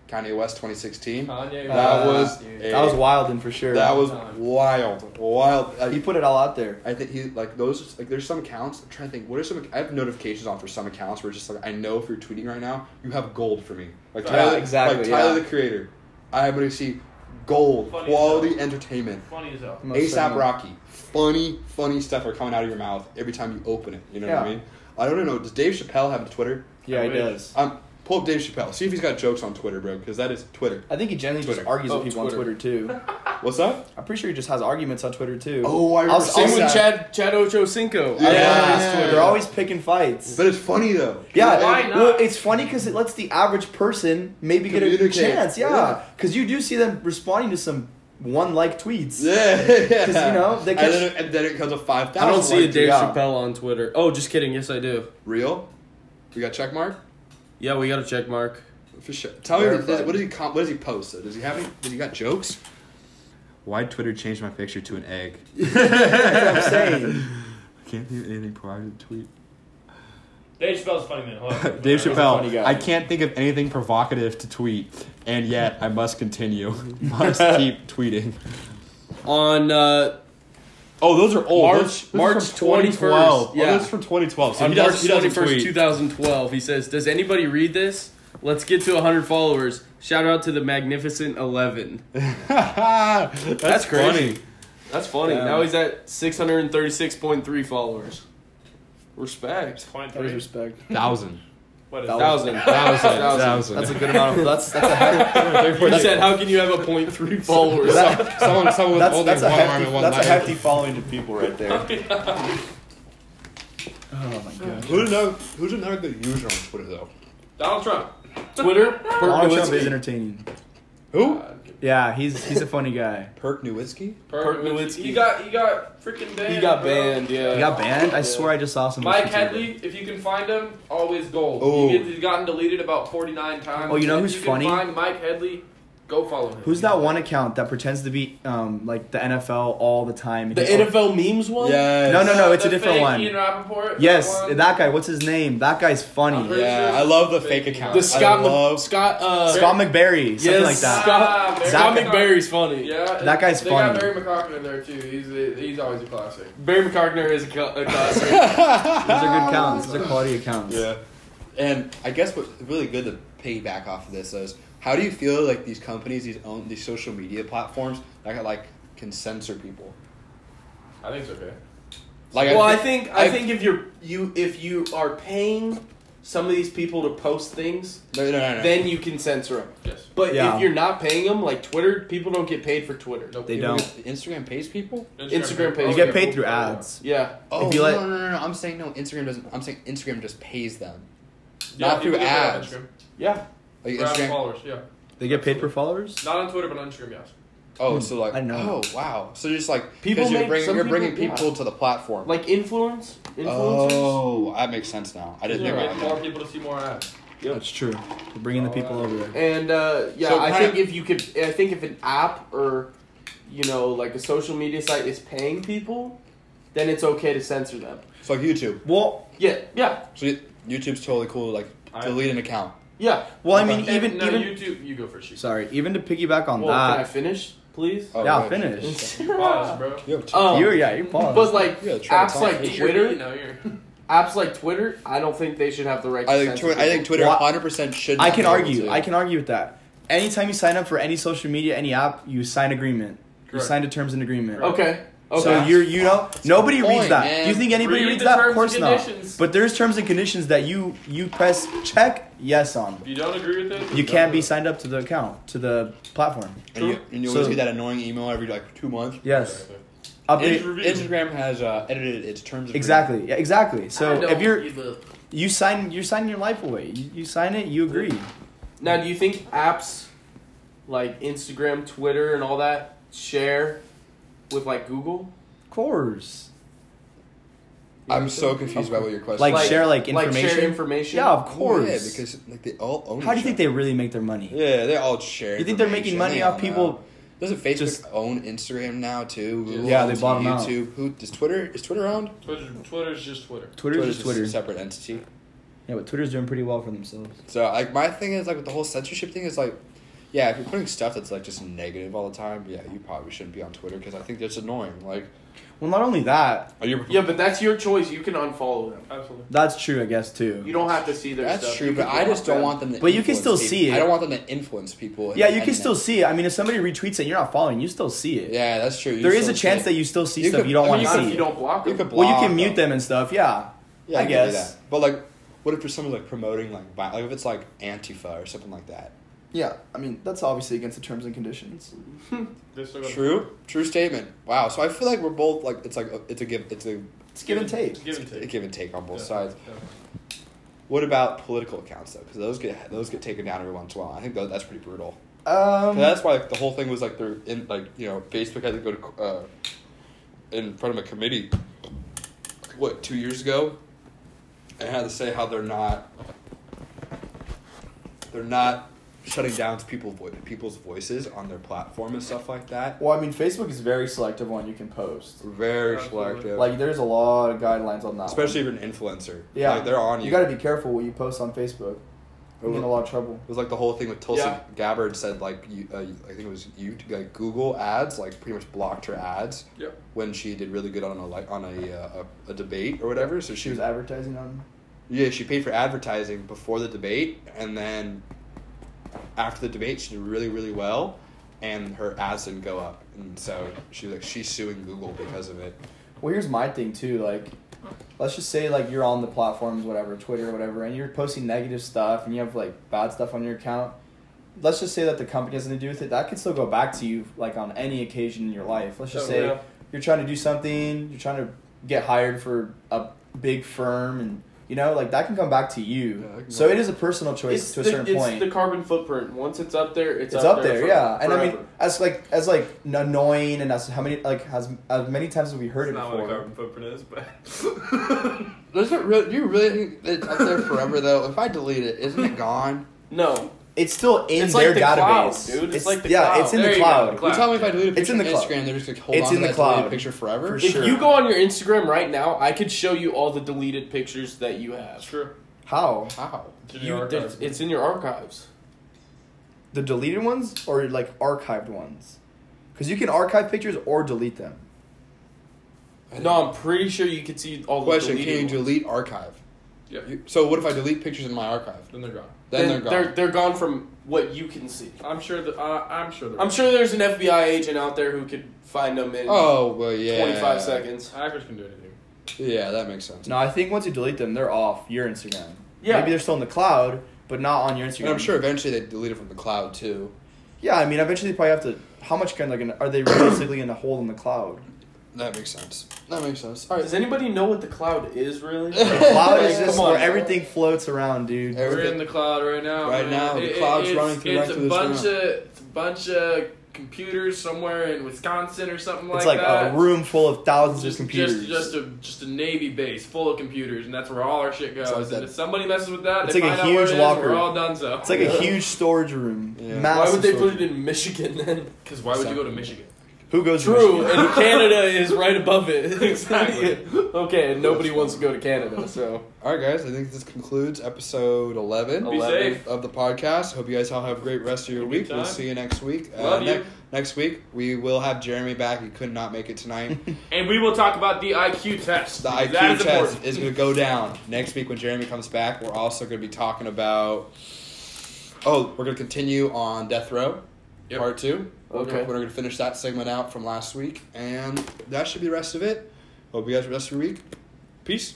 Speaker 2: Kanye West 2016.
Speaker 3: Kanye.
Speaker 2: That
Speaker 4: Uh,
Speaker 2: was a-
Speaker 4: That was wilding for sure.
Speaker 2: that was
Speaker 3: Time.
Speaker 2: wild, wild. Uh,
Speaker 4: he put it all out there.
Speaker 2: I think he like those like there's some accounts. I'm trying to think. What are some? I have notifications on for some accounts where it's just like I know if you're tweeting right now, you have gold for me. Like
Speaker 3: Yeah,
Speaker 2: Tyler,
Speaker 4: exactly,
Speaker 2: Like Tyler
Speaker 4: yeah.
Speaker 2: the Creator, I am going to see gold,
Speaker 3: Funny
Speaker 2: quality
Speaker 3: stuff.
Speaker 2: entertainment.
Speaker 3: funny as hell.
Speaker 4: Most
Speaker 2: ASAP
Speaker 4: certainly.
Speaker 2: Rocky, funny, funny stuff are coming out of your mouth every time you open it. You know what I
Speaker 4: Yeah.
Speaker 2: mean? I don't know. Does Dave Chappelle have a Twitter?
Speaker 4: Yeah,
Speaker 3: I
Speaker 4: he
Speaker 3: wish.
Speaker 4: does.
Speaker 2: Um, pull up Dave Chappelle. See if he's got jokes on Twitter, bro, because that is Twitter.
Speaker 4: I think he generally
Speaker 2: Twitter.
Speaker 4: just argues
Speaker 5: Oh,
Speaker 4: with people on
Speaker 5: Twitter.
Speaker 4: Twitter too.
Speaker 2: What's up?
Speaker 4: I'm pretty sure he just has arguments on Twitter too.
Speaker 2: Oh, I
Speaker 4: I'll-
Speaker 2: remember
Speaker 4: I'll
Speaker 2: seeing
Speaker 5: Same
Speaker 4: say-
Speaker 2: that.
Speaker 5: with Chad Chad Ochocinco.
Speaker 2: Yeah.
Speaker 5: I
Speaker 4: Yeah,
Speaker 5: love his Twitter.
Speaker 4: they're always picking fights.
Speaker 2: But it's funny though.
Speaker 4: yeah,
Speaker 3: Why not?
Speaker 4: well, it's funny because it lets the average person maybe get a
Speaker 2: Communicate.
Speaker 4: chance.
Speaker 2: Yeah.
Speaker 4: Yeah, because you do see them responding to some one like tweets.
Speaker 2: Yeah, because
Speaker 4: you know, they
Speaker 2: and
Speaker 4: catch-
Speaker 2: then, it, and then it comes to five thousand.
Speaker 5: I don't see a Dave
Speaker 4: Yeah.
Speaker 5: Chappelle on Twitter. Oh, just kidding. Yes, I do.
Speaker 2: real. You got check mark
Speaker 5: Yeah, we got a check mark.
Speaker 2: for sure. Tell me what does,
Speaker 4: Verified.
Speaker 2: what does he com- what does he post? though? Does he have any? Does he got jokes? Why Twitter changed my picture to an egg?
Speaker 4: That's what I'm saying.
Speaker 2: Can't think of anything provided to tweet.
Speaker 3: Dave Chappelle's a funny man. Hold on.
Speaker 2: Dave
Speaker 4: a funny
Speaker 2: Chappelle,
Speaker 4: guy.
Speaker 2: I can't think of anything provocative to tweet, and yet I must continue. must keep tweeting.
Speaker 5: On uh,
Speaker 2: Oh, those are old.
Speaker 5: March-
Speaker 2: Those- those are
Speaker 5: March
Speaker 2: from 2012.
Speaker 5: 21st, yeah.
Speaker 2: oh, those are from 2012.
Speaker 4: Uh,
Speaker 2: So
Speaker 5: on
Speaker 2: he
Speaker 5: March
Speaker 2: does, he
Speaker 5: twenty
Speaker 2: doesn't
Speaker 5: first,
Speaker 2: tweet.
Speaker 5: two thousand twelve, he says, "Does anybody read this? Let's get to hundred followers. Shout out to the magnificent eleven.
Speaker 2: That's,
Speaker 5: That's crazy.
Speaker 2: funny.
Speaker 5: That's funny.
Speaker 4: Yeah.
Speaker 5: Now he's at six hundred and thirty six point three followers. Respect.
Speaker 4: That is
Speaker 3: 23.
Speaker 4: respect.
Speaker 2: Thousand.
Speaker 3: What is
Speaker 4: That
Speaker 3: that?
Speaker 5: Thousand.
Speaker 2: Thousand.
Speaker 5: Thousand.
Speaker 2: Thousand.
Speaker 4: That's a good amount of that's that's a hefty,
Speaker 5: You said, "How can you have a point three followers?"
Speaker 2: Some- someone, someone with
Speaker 4: that's,
Speaker 2: only
Speaker 4: that's, a
Speaker 2: one arm
Speaker 4: hefty,
Speaker 2: and one
Speaker 4: that's a
Speaker 2: leg.
Speaker 4: hefty following of people right there. Oh my god.
Speaker 2: Who's another, who's another good user on Twitter though?
Speaker 3: Donald Trump. Uh,
Speaker 5: Twitter.
Speaker 4: Donald Trump
Speaker 5: Perk
Speaker 4: is entertaining.
Speaker 2: Who?
Speaker 4: Yeah, he's he's a funny guy.
Speaker 2: Perk Nowitzki.
Speaker 5: Perk
Speaker 3: Perk Nowitzki.
Speaker 5: Nowitzki.
Speaker 3: He got he got freaking banned.
Speaker 5: He got
Speaker 3: bro.
Speaker 5: banned. Yeah.
Speaker 4: He got banned. I swear I just saw some.
Speaker 3: Mike
Speaker 4: issues with it.
Speaker 3: Headley, if you can find him, always gold.
Speaker 2: Oh.
Speaker 3: He gets, he's gotten deleted about 49 times.
Speaker 4: Oh, you know
Speaker 3: If
Speaker 4: who's
Speaker 3: you
Speaker 4: funny?
Speaker 3: Can find Mike Headley, go follow him.
Speaker 4: Who's that one account that pretends to be um like the NFL all the time?
Speaker 5: The
Speaker 4: He's-
Speaker 5: NFL memes one.
Speaker 2: Yes.
Speaker 4: No, no, no. It's
Speaker 3: the
Speaker 4: a different
Speaker 3: fake
Speaker 4: one.
Speaker 3: Ian Rappaport.
Speaker 4: Yes,
Speaker 3: one?
Speaker 4: that guy. What's his name? That guy's
Speaker 3: I'm
Speaker 4: funny.
Speaker 3: pretty
Speaker 2: Yeah,
Speaker 3: sure
Speaker 2: I love the
Speaker 3: it's
Speaker 2: fake
Speaker 3: fake.
Speaker 2: account.
Speaker 5: The Scott.
Speaker 2: I love-
Speaker 5: Scott. Uh,
Speaker 4: Scott McBerry, something
Speaker 5: yes,
Speaker 4: like that.
Speaker 5: Scott,
Speaker 3: Ah,
Speaker 5: Scott
Speaker 3: Barry.
Speaker 5: McBerry's funny.
Speaker 3: Yeah,
Speaker 4: That guy's
Speaker 3: they
Speaker 4: funny.
Speaker 3: got Barry McCocken in there too. He's a, he's always a classic.
Speaker 5: Barry McCartner is a, co- a classic.
Speaker 4: These are good accounts. These are quality accounts.
Speaker 2: Yeah. And I guess what's really good to piggyback off of this is how do you feel like these companies, these own these social media platforms, like like can censor people?
Speaker 3: I think it's okay.
Speaker 2: Like
Speaker 5: well, I
Speaker 2: thi-
Speaker 5: think I, think if you're you if you are paying some of these people to post things,
Speaker 2: no, no, no, no.
Speaker 5: then you can censor them.
Speaker 3: Yes.
Speaker 5: But
Speaker 4: Yeah.
Speaker 5: if you're not paying them, like Twitter, people don't get paid for Twitter.
Speaker 3: Nope.
Speaker 4: They don't.
Speaker 2: Instagram pays people.
Speaker 5: Instagram page.
Speaker 4: You get paid through ads.
Speaker 5: Yeah,
Speaker 2: Oh
Speaker 4: you let-
Speaker 2: no, no, no, no! I'm saying no. Instagram doesn't. I'm saying Instagram just pays them.
Speaker 3: Yeah,
Speaker 2: Not
Speaker 3: you
Speaker 2: through
Speaker 3: can get that on
Speaker 2: ads.
Speaker 3: Instagram.
Speaker 5: yeah.
Speaker 2: Like
Speaker 3: Grab
Speaker 2: Instagram.
Speaker 3: followers, yeah.
Speaker 4: They get paid for followers.
Speaker 3: Not on Twitter, but on Instagram, yes.
Speaker 2: Oh, so like,
Speaker 4: I know.
Speaker 2: oh wow. So just like
Speaker 5: People
Speaker 2: people, you're
Speaker 5: make-
Speaker 2: bringing
Speaker 5: some
Speaker 2: you're bringing
Speaker 5: people-
Speaker 2: people, to the platform.
Speaker 5: Like influence, influencers.
Speaker 2: oh, that makes sense now. I didn't
Speaker 3: You
Speaker 2: think
Speaker 3: get
Speaker 2: about
Speaker 3: more
Speaker 2: that.
Speaker 3: people to see more ads.
Speaker 4: That's true. They're bringing the people over there.
Speaker 5: And uh, yeah,
Speaker 2: So
Speaker 5: I
Speaker 2: kinda-
Speaker 5: think if you could, I think if an app or you know like a social media site is paying people, then it's okay to censor them.
Speaker 2: It's like YouTube.
Speaker 4: Well,
Speaker 5: Yeah, yeah,
Speaker 2: So you- YouTube's totally cool. Like
Speaker 3: I-
Speaker 2: delete an account.
Speaker 5: yeah.
Speaker 4: well, I mean,
Speaker 2: Okay.
Speaker 4: even
Speaker 3: Even no,
Speaker 4: even
Speaker 3: YouTube, you go for shoot.
Speaker 4: sorry, even to piggyback on
Speaker 5: Well, can I
Speaker 4: that.
Speaker 5: finish, please?
Speaker 2: Oh,
Speaker 4: yeah,
Speaker 2: right.
Speaker 4: finish.
Speaker 3: Pause, bro.
Speaker 2: You have two-
Speaker 5: Um,
Speaker 4: you yeah, you pause.
Speaker 5: But like
Speaker 2: Yeah, try to
Speaker 5: apps
Speaker 2: talk.
Speaker 5: like
Speaker 2: It's
Speaker 3: You
Speaker 5: Twitter,
Speaker 3: know, you're.
Speaker 5: apps like Twitter, I don't think they should have the right.
Speaker 2: I
Speaker 5: to
Speaker 2: think
Speaker 5: censor
Speaker 2: Twitter. I think
Speaker 5: people.
Speaker 2: Twitter
Speaker 4: Well,
Speaker 2: 100 percent should.
Speaker 4: I
Speaker 2: not
Speaker 4: can
Speaker 2: be able
Speaker 4: argue.
Speaker 2: to.
Speaker 4: I can argue with that. Anytime you sign up for any social media, any app, you sign agreement. You
Speaker 3: Correct.
Speaker 4: sign a terms and agreement.
Speaker 5: Okay. Okay.
Speaker 4: So you're you know nobody
Speaker 2: Good point,
Speaker 4: reads that.
Speaker 2: man.
Speaker 4: Do you think anybody
Speaker 3: Read
Speaker 4: reads
Speaker 3: the
Speaker 4: that? Of
Speaker 3: terms
Speaker 4: course
Speaker 3: and
Speaker 4: not.
Speaker 3: conditions.
Speaker 4: But there's terms and conditions that you you press check yes on.
Speaker 3: If you don't agree with it,
Speaker 4: You
Speaker 3: don't
Speaker 4: can't
Speaker 3: do
Speaker 4: be
Speaker 3: it.
Speaker 4: signed up to the account to the platform.
Speaker 2: And you, and you always
Speaker 4: So-
Speaker 2: get that annoying email every like two months.
Speaker 4: Yes.
Speaker 2: Inst-
Speaker 4: Update.
Speaker 3: review.
Speaker 2: Instagram has uh, edited its terms. of
Speaker 4: Exactly. Yeah, exactly.
Speaker 3: I
Speaker 4: So
Speaker 3: don't
Speaker 4: if you're
Speaker 3: give up.
Speaker 4: you sign you sign your life away. You, you sign it. You agree.
Speaker 5: now, do you think apps like Instagram, Twitter, and all that share with like Google?
Speaker 4: Of course.
Speaker 2: agreement. I'm so confused about what your question.
Speaker 4: Like,
Speaker 2: is.
Speaker 4: share like
Speaker 5: Like share
Speaker 4: information.
Speaker 5: information.
Speaker 4: yeah, of course.
Speaker 2: Yeah, because like they all own.
Speaker 4: how do you
Speaker 2: each
Speaker 4: think
Speaker 2: other.
Speaker 4: they really make their money?
Speaker 2: Yeah, they all share.
Speaker 4: You think they're
Speaker 2: information.
Speaker 4: making money
Speaker 2: They
Speaker 4: off
Speaker 2: all
Speaker 4: people-
Speaker 2: know. Doesn't Facebook
Speaker 4: Just-
Speaker 2: own Instagram now too? Google
Speaker 4: Yeah, they
Speaker 2: owns
Speaker 4: bought 'em out.
Speaker 2: YouTube. Who does Twitter? Is Twitter owned?
Speaker 3: Twitter, Twitter's just Twitter.
Speaker 4: Twwitter Twitter's just
Speaker 2: a
Speaker 4: Twitter.
Speaker 2: separate entity.
Speaker 6: Yeah, but Twitter's doing pretty well for themselves.
Speaker 2: So like my thing is like with the whole censorship thing is like, yeah, if you're putting stuff that's like just negative all the time, yeah, you probably shouldn't be on Twitter because I think that's annoying. Like,
Speaker 6: Well, not only that,
Speaker 2: are you?
Speaker 5: Yeah, but that's your choice. You can unfollow them.
Speaker 3: Absolutely.
Speaker 6: that's true, I guess too.
Speaker 5: You don't have to see their
Speaker 2: That's
Speaker 5: stuff.
Speaker 2: true,
Speaker 5: You
Speaker 2: but
Speaker 5: can
Speaker 2: I
Speaker 5: block
Speaker 2: just don't
Speaker 5: them.
Speaker 2: want them to.
Speaker 6: But you can still
Speaker 2: influence
Speaker 6: see
Speaker 2: people.
Speaker 6: it.
Speaker 2: I don't want them to influence people. and-
Speaker 6: yeah, you can
Speaker 2: and-
Speaker 6: still see it. I mean, if somebody retweets it, and you're not following. You still see it.
Speaker 2: Yeah, that's true.
Speaker 6: there is a chance that you still see
Speaker 2: You
Speaker 6: stuff
Speaker 2: could-
Speaker 6: you don't
Speaker 2: I
Speaker 5: Not
Speaker 6: want
Speaker 2: mean,
Speaker 6: to
Speaker 5: if
Speaker 6: see.
Speaker 5: you don't block them.
Speaker 2: You could
Speaker 6: well, you
Speaker 2: block
Speaker 6: can mute
Speaker 2: them.
Speaker 6: them and stuff. Yeah.
Speaker 2: Yeah,
Speaker 6: I
Speaker 2: could do
Speaker 6: guess.
Speaker 2: that. But like, what if it's something like promoting like vi- like if it's like Antifa or something like that?
Speaker 4: Yeah, I mean that's obviously against the terms and conditions.
Speaker 3: They're still gonna-
Speaker 2: True, true statement. Wow. So I feel like we're both like it's like a, it's a give it's a,
Speaker 4: It's give and take.
Speaker 3: Give and
Speaker 2: a
Speaker 3: take.
Speaker 2: give and take on both
Speaker 3: Yeah.
Speaker 2: sides.
Speaker 3: Yeah.
Speaker 2: What about political accounts though? Because those get those get taken down every once in a while. I think tho- that's pretty brutal.
Speaker 4: Um,
Speaker 2: 'Cause that's why like, the whole thing was like they're in like you know Facebook had to go to uh, in front of a committee. What two years ago, and had to say how they're not they're not shutting down people vo- people's voices on their platform and stuff like that.
Speaker 4: well, I mean Facebook is very selective on you can post.
Speaker 2: Very
Speaker 3: Absolutely.
Speaker 2: selective,
Speaker 4: Like there's a lot of guidelines on that.
Speaker 2: especially
Speaker 4: one.
Speaker 2: if you're an influencer.
Speaker 4: yeah,
Speaker 2: like, they're on you.
Speaker 4: You got to be careful what you post on Facebook. You get in a lot of trouble.
Speaker 2: It was like the whole thing with Tulsi
Speaker 5: Yeah.
Speaker 2: Gabbard said like you, uh, I think it was you like Google ads like pretty much blocked her ads
Speaker 3: Yeah.
Speaker 2: when she did really good on a like on a, uh, a a debate or whatever. So she
Speaker 4: She was
Speaker 2: was
Speaker 4: advertising on.
Speaker 2: yeah she paid for advertising before the debate and then after the debate she did really really well and her ads didn't go up and so she was like she's suing Google because of it.
Speaker 4: Well, here's my thing too. Like, let's just say like you're on the platforms, whatever, Twitter, whatever, and you're posting negative stuff and you have like bad stuff on your account. Let's just say that the company has nothing to do with it. That could still go back to you, like on any occasion in your life. Let's just
Speaker 3: Oh,
Speaker 4: say
Speaker 3: yeah.
Speaker 4: you're trying to do something, you're trying to get hired for a big firm, and you know, like that can come back to you.
Speaker 2: Yeah, that can
Speaker 4: so
Speaker 2: go-
Speaker 4: it is a personal choice
Speaker 5: It's
Speaker 4: to a
Speaker 5: the-
Speaker 4: certain
Speaker 5: it's
Speaker 4: point.
Speaker 5: the carbon footprint. Once it's up there, it's,
Speaker 4: it's, up, there,
Speaker 5: for-
Speaker 4: yeah. And I mean,
Speaker 5: forever.
Speaker 4: as like as like annoying, and as how many like as as many times as we heard
Speaker 3: That's
Speaker 4: it
Speaker 3: not
Speaker 4: before.
Speaker 3: what a carbon footprint is, but.
Speaker 2: Does it really? Do you really think it's up there forever though? If I delete it, isn't it gone?
Speaker 5: no,
Speaker 4: It's still in
Speaker 5: It's like
Speaker 4: their
Speaker 5: the
Speaker 4: database.
Speaker 5: cloud, dude. It's like the
Speaker 4: yeah,
Speaker 5: cloud.
Speaker 4: it's in
Speaker 3: There
Speaker 4: the
Speaker 3: you go,
Speaker 4: cloud.
Speaker 3: the
Speaker 2: You
Speaker 3: cloud.
Speaker 2: tell me if I delete a picture
Speaker 4: It's in the
Speaker 2: on
Speaker 4: cloud.
Speaker 2: Instagram, they're just gonna hold
Speaker 4: It's
Speaker 2: on
Speaker 4: in
Speaker 2: to
Speaker 4: the
Speaker 2: that deleted
Speaker 4: cloud.
Speaker 2: picture forever.
Speaker 4: For
Speaker 5: if
Speaker 4: sure.
Speaker 5: you go on your Instagram right now, I could show you all the deleted pictures that you have.
Speaker 3: True.
Speaker 4: How?
Speaker 2: How?
Speaker 5: You- there's- it's in your archives.
Speaker 4: The deleted ones or like archived ones? Because you can archive pictures or delete them.
Speaker 5: No, I'm pretty sure you could see all the
Speaker 2: Question: Can
Speaker 5: deleted
Speaker 2: you
Speaker 5: ones.
Speaker 2: delete archive?
Speaker 3: yeah.
Speaker 2: You- So what if I delete pictures in my archive?
Speaker 3: Then they're gone.
Speaker 2: Then,
Speaker 5: Then
Speaker 2: they're gone.
Speaker 5: They're, they're gone from what you can see.
Speaker 3: I'm sure that uh, I'm sure that
Speaker 5: I'm sure there's an FBI agent out there who could find them in
Speaker 2: oh well, yeah.
Speaker 5: 25 seconds.
Speaker 3: hackers can do anything.
Speaker 2: Yeah, that makes sense.
Speaker 4: No, I think once you delete them, they're off your Instagram.
Speaker 5: Yeah.
Speaker 4: Maybe they're still in the cloud, but not on your Instagram.
Speaker 2: And I'm sure eventually they delete it from the cloud too.
Speaker 4: Yeah, I mean, eventually they probably have to. How much can they? Gonna, are they realistically going to hold in the cloud?
Speaker 2: That makes sense. That makes sense. All
Speaker 5: Does
Speaker 2: right.
Speaker 5: anybody know what the cloud is really?
Speaker 4: The cloud is
Speaker 2: Come
Speaker 4: just
Speaker 2: on.
Speaker 4: where everything floats around, dude.
Speaker 2: Every-
Speaker 3: We're
Speaker 2: Everything-
Speaker 3: in the cloud right now.
Speaker 2: Right
Speaker 3: man.
Speaker 2: now, the
Speaker 3: It- it-
Speaker 2: cloud's
Speaker 3: it's-
Speaker 2: running through- right
Speaker 3: It's
Speaker 2: through
Speaker 3: a
Speaker 2: this
Speaker 3: bunch
Speaker 2: right now.
Speaker 3: of it's a bunch of computers somewhere in Wisconsin or something
Speaker 4: it's
Speaker 3: like
Speaker 4: like
Speaker 3: that.
Speaker 4: a room full of thousands
Speaker 3: Just,
Speaker 4: of computers.
Speaker 3: just, just a just a navy base full of computers, and that's where all our shit goes.
Speaker 2: like that-
Speaker 3: and if somebody messes with that,
Speaker 4: It's
Speaker 3: they
Speaker 4: like a
Speaker 3: find out where it
Speaker 4: huge
Speaker 3: is,
Speaker 4: locker.
Speaker 3: We're all done. So
Speaker 4: it's like a huge storage room.
Speaker 2: Yeah.
Speaker 5: Why
Speaker 4: Massive
Speaker 5: would they
Speaker 4: storage
Speaker 5: put it in Michigan then?
Speaker 3: because why would you go to Michigan?
Speaker 4: Who goes to
Speaker 5: True,
Speaker 4: Michigan?
Speaker 5: and Canada is right above it.
Speaker 3: Exactly.
Speaker 5: okay, and nobody wants to go to Canada, so.
Speaker 2: All right, guys. I think this concludes episode 11
Speaker 3: Be safe.
Speaker 2: of the podcast. Hope you guys all have a great rest of your
Speaker 3: Oh. Good
Speaker 2: week. We'll
Speaker 3: time.
Speaker 2: see you next week. Uh,
Speaker 3: Love you.
Speaker 2: Next week we will have Jeremy back. He could not make it tonight.
Speaker 3: And we will talk about the IQ test.
Speaker 2: The
Speaker 3: because
Speaker 2: IQ
Speaker 3: that
Speaker 2: test
Speaker 3: is important.
Speaker 2: is going to go down next week when Jeremy comes back. We're also going to be talking about. Oh, we're going to continue on death row,
Speaker 3: Yep.
Speaker 2: part two.
Speaker 5: Okay.
Speaker 2: We're going to finish that segment out from last week, and that should be the rest of it. Hope you guys have the rest of your week. Peace.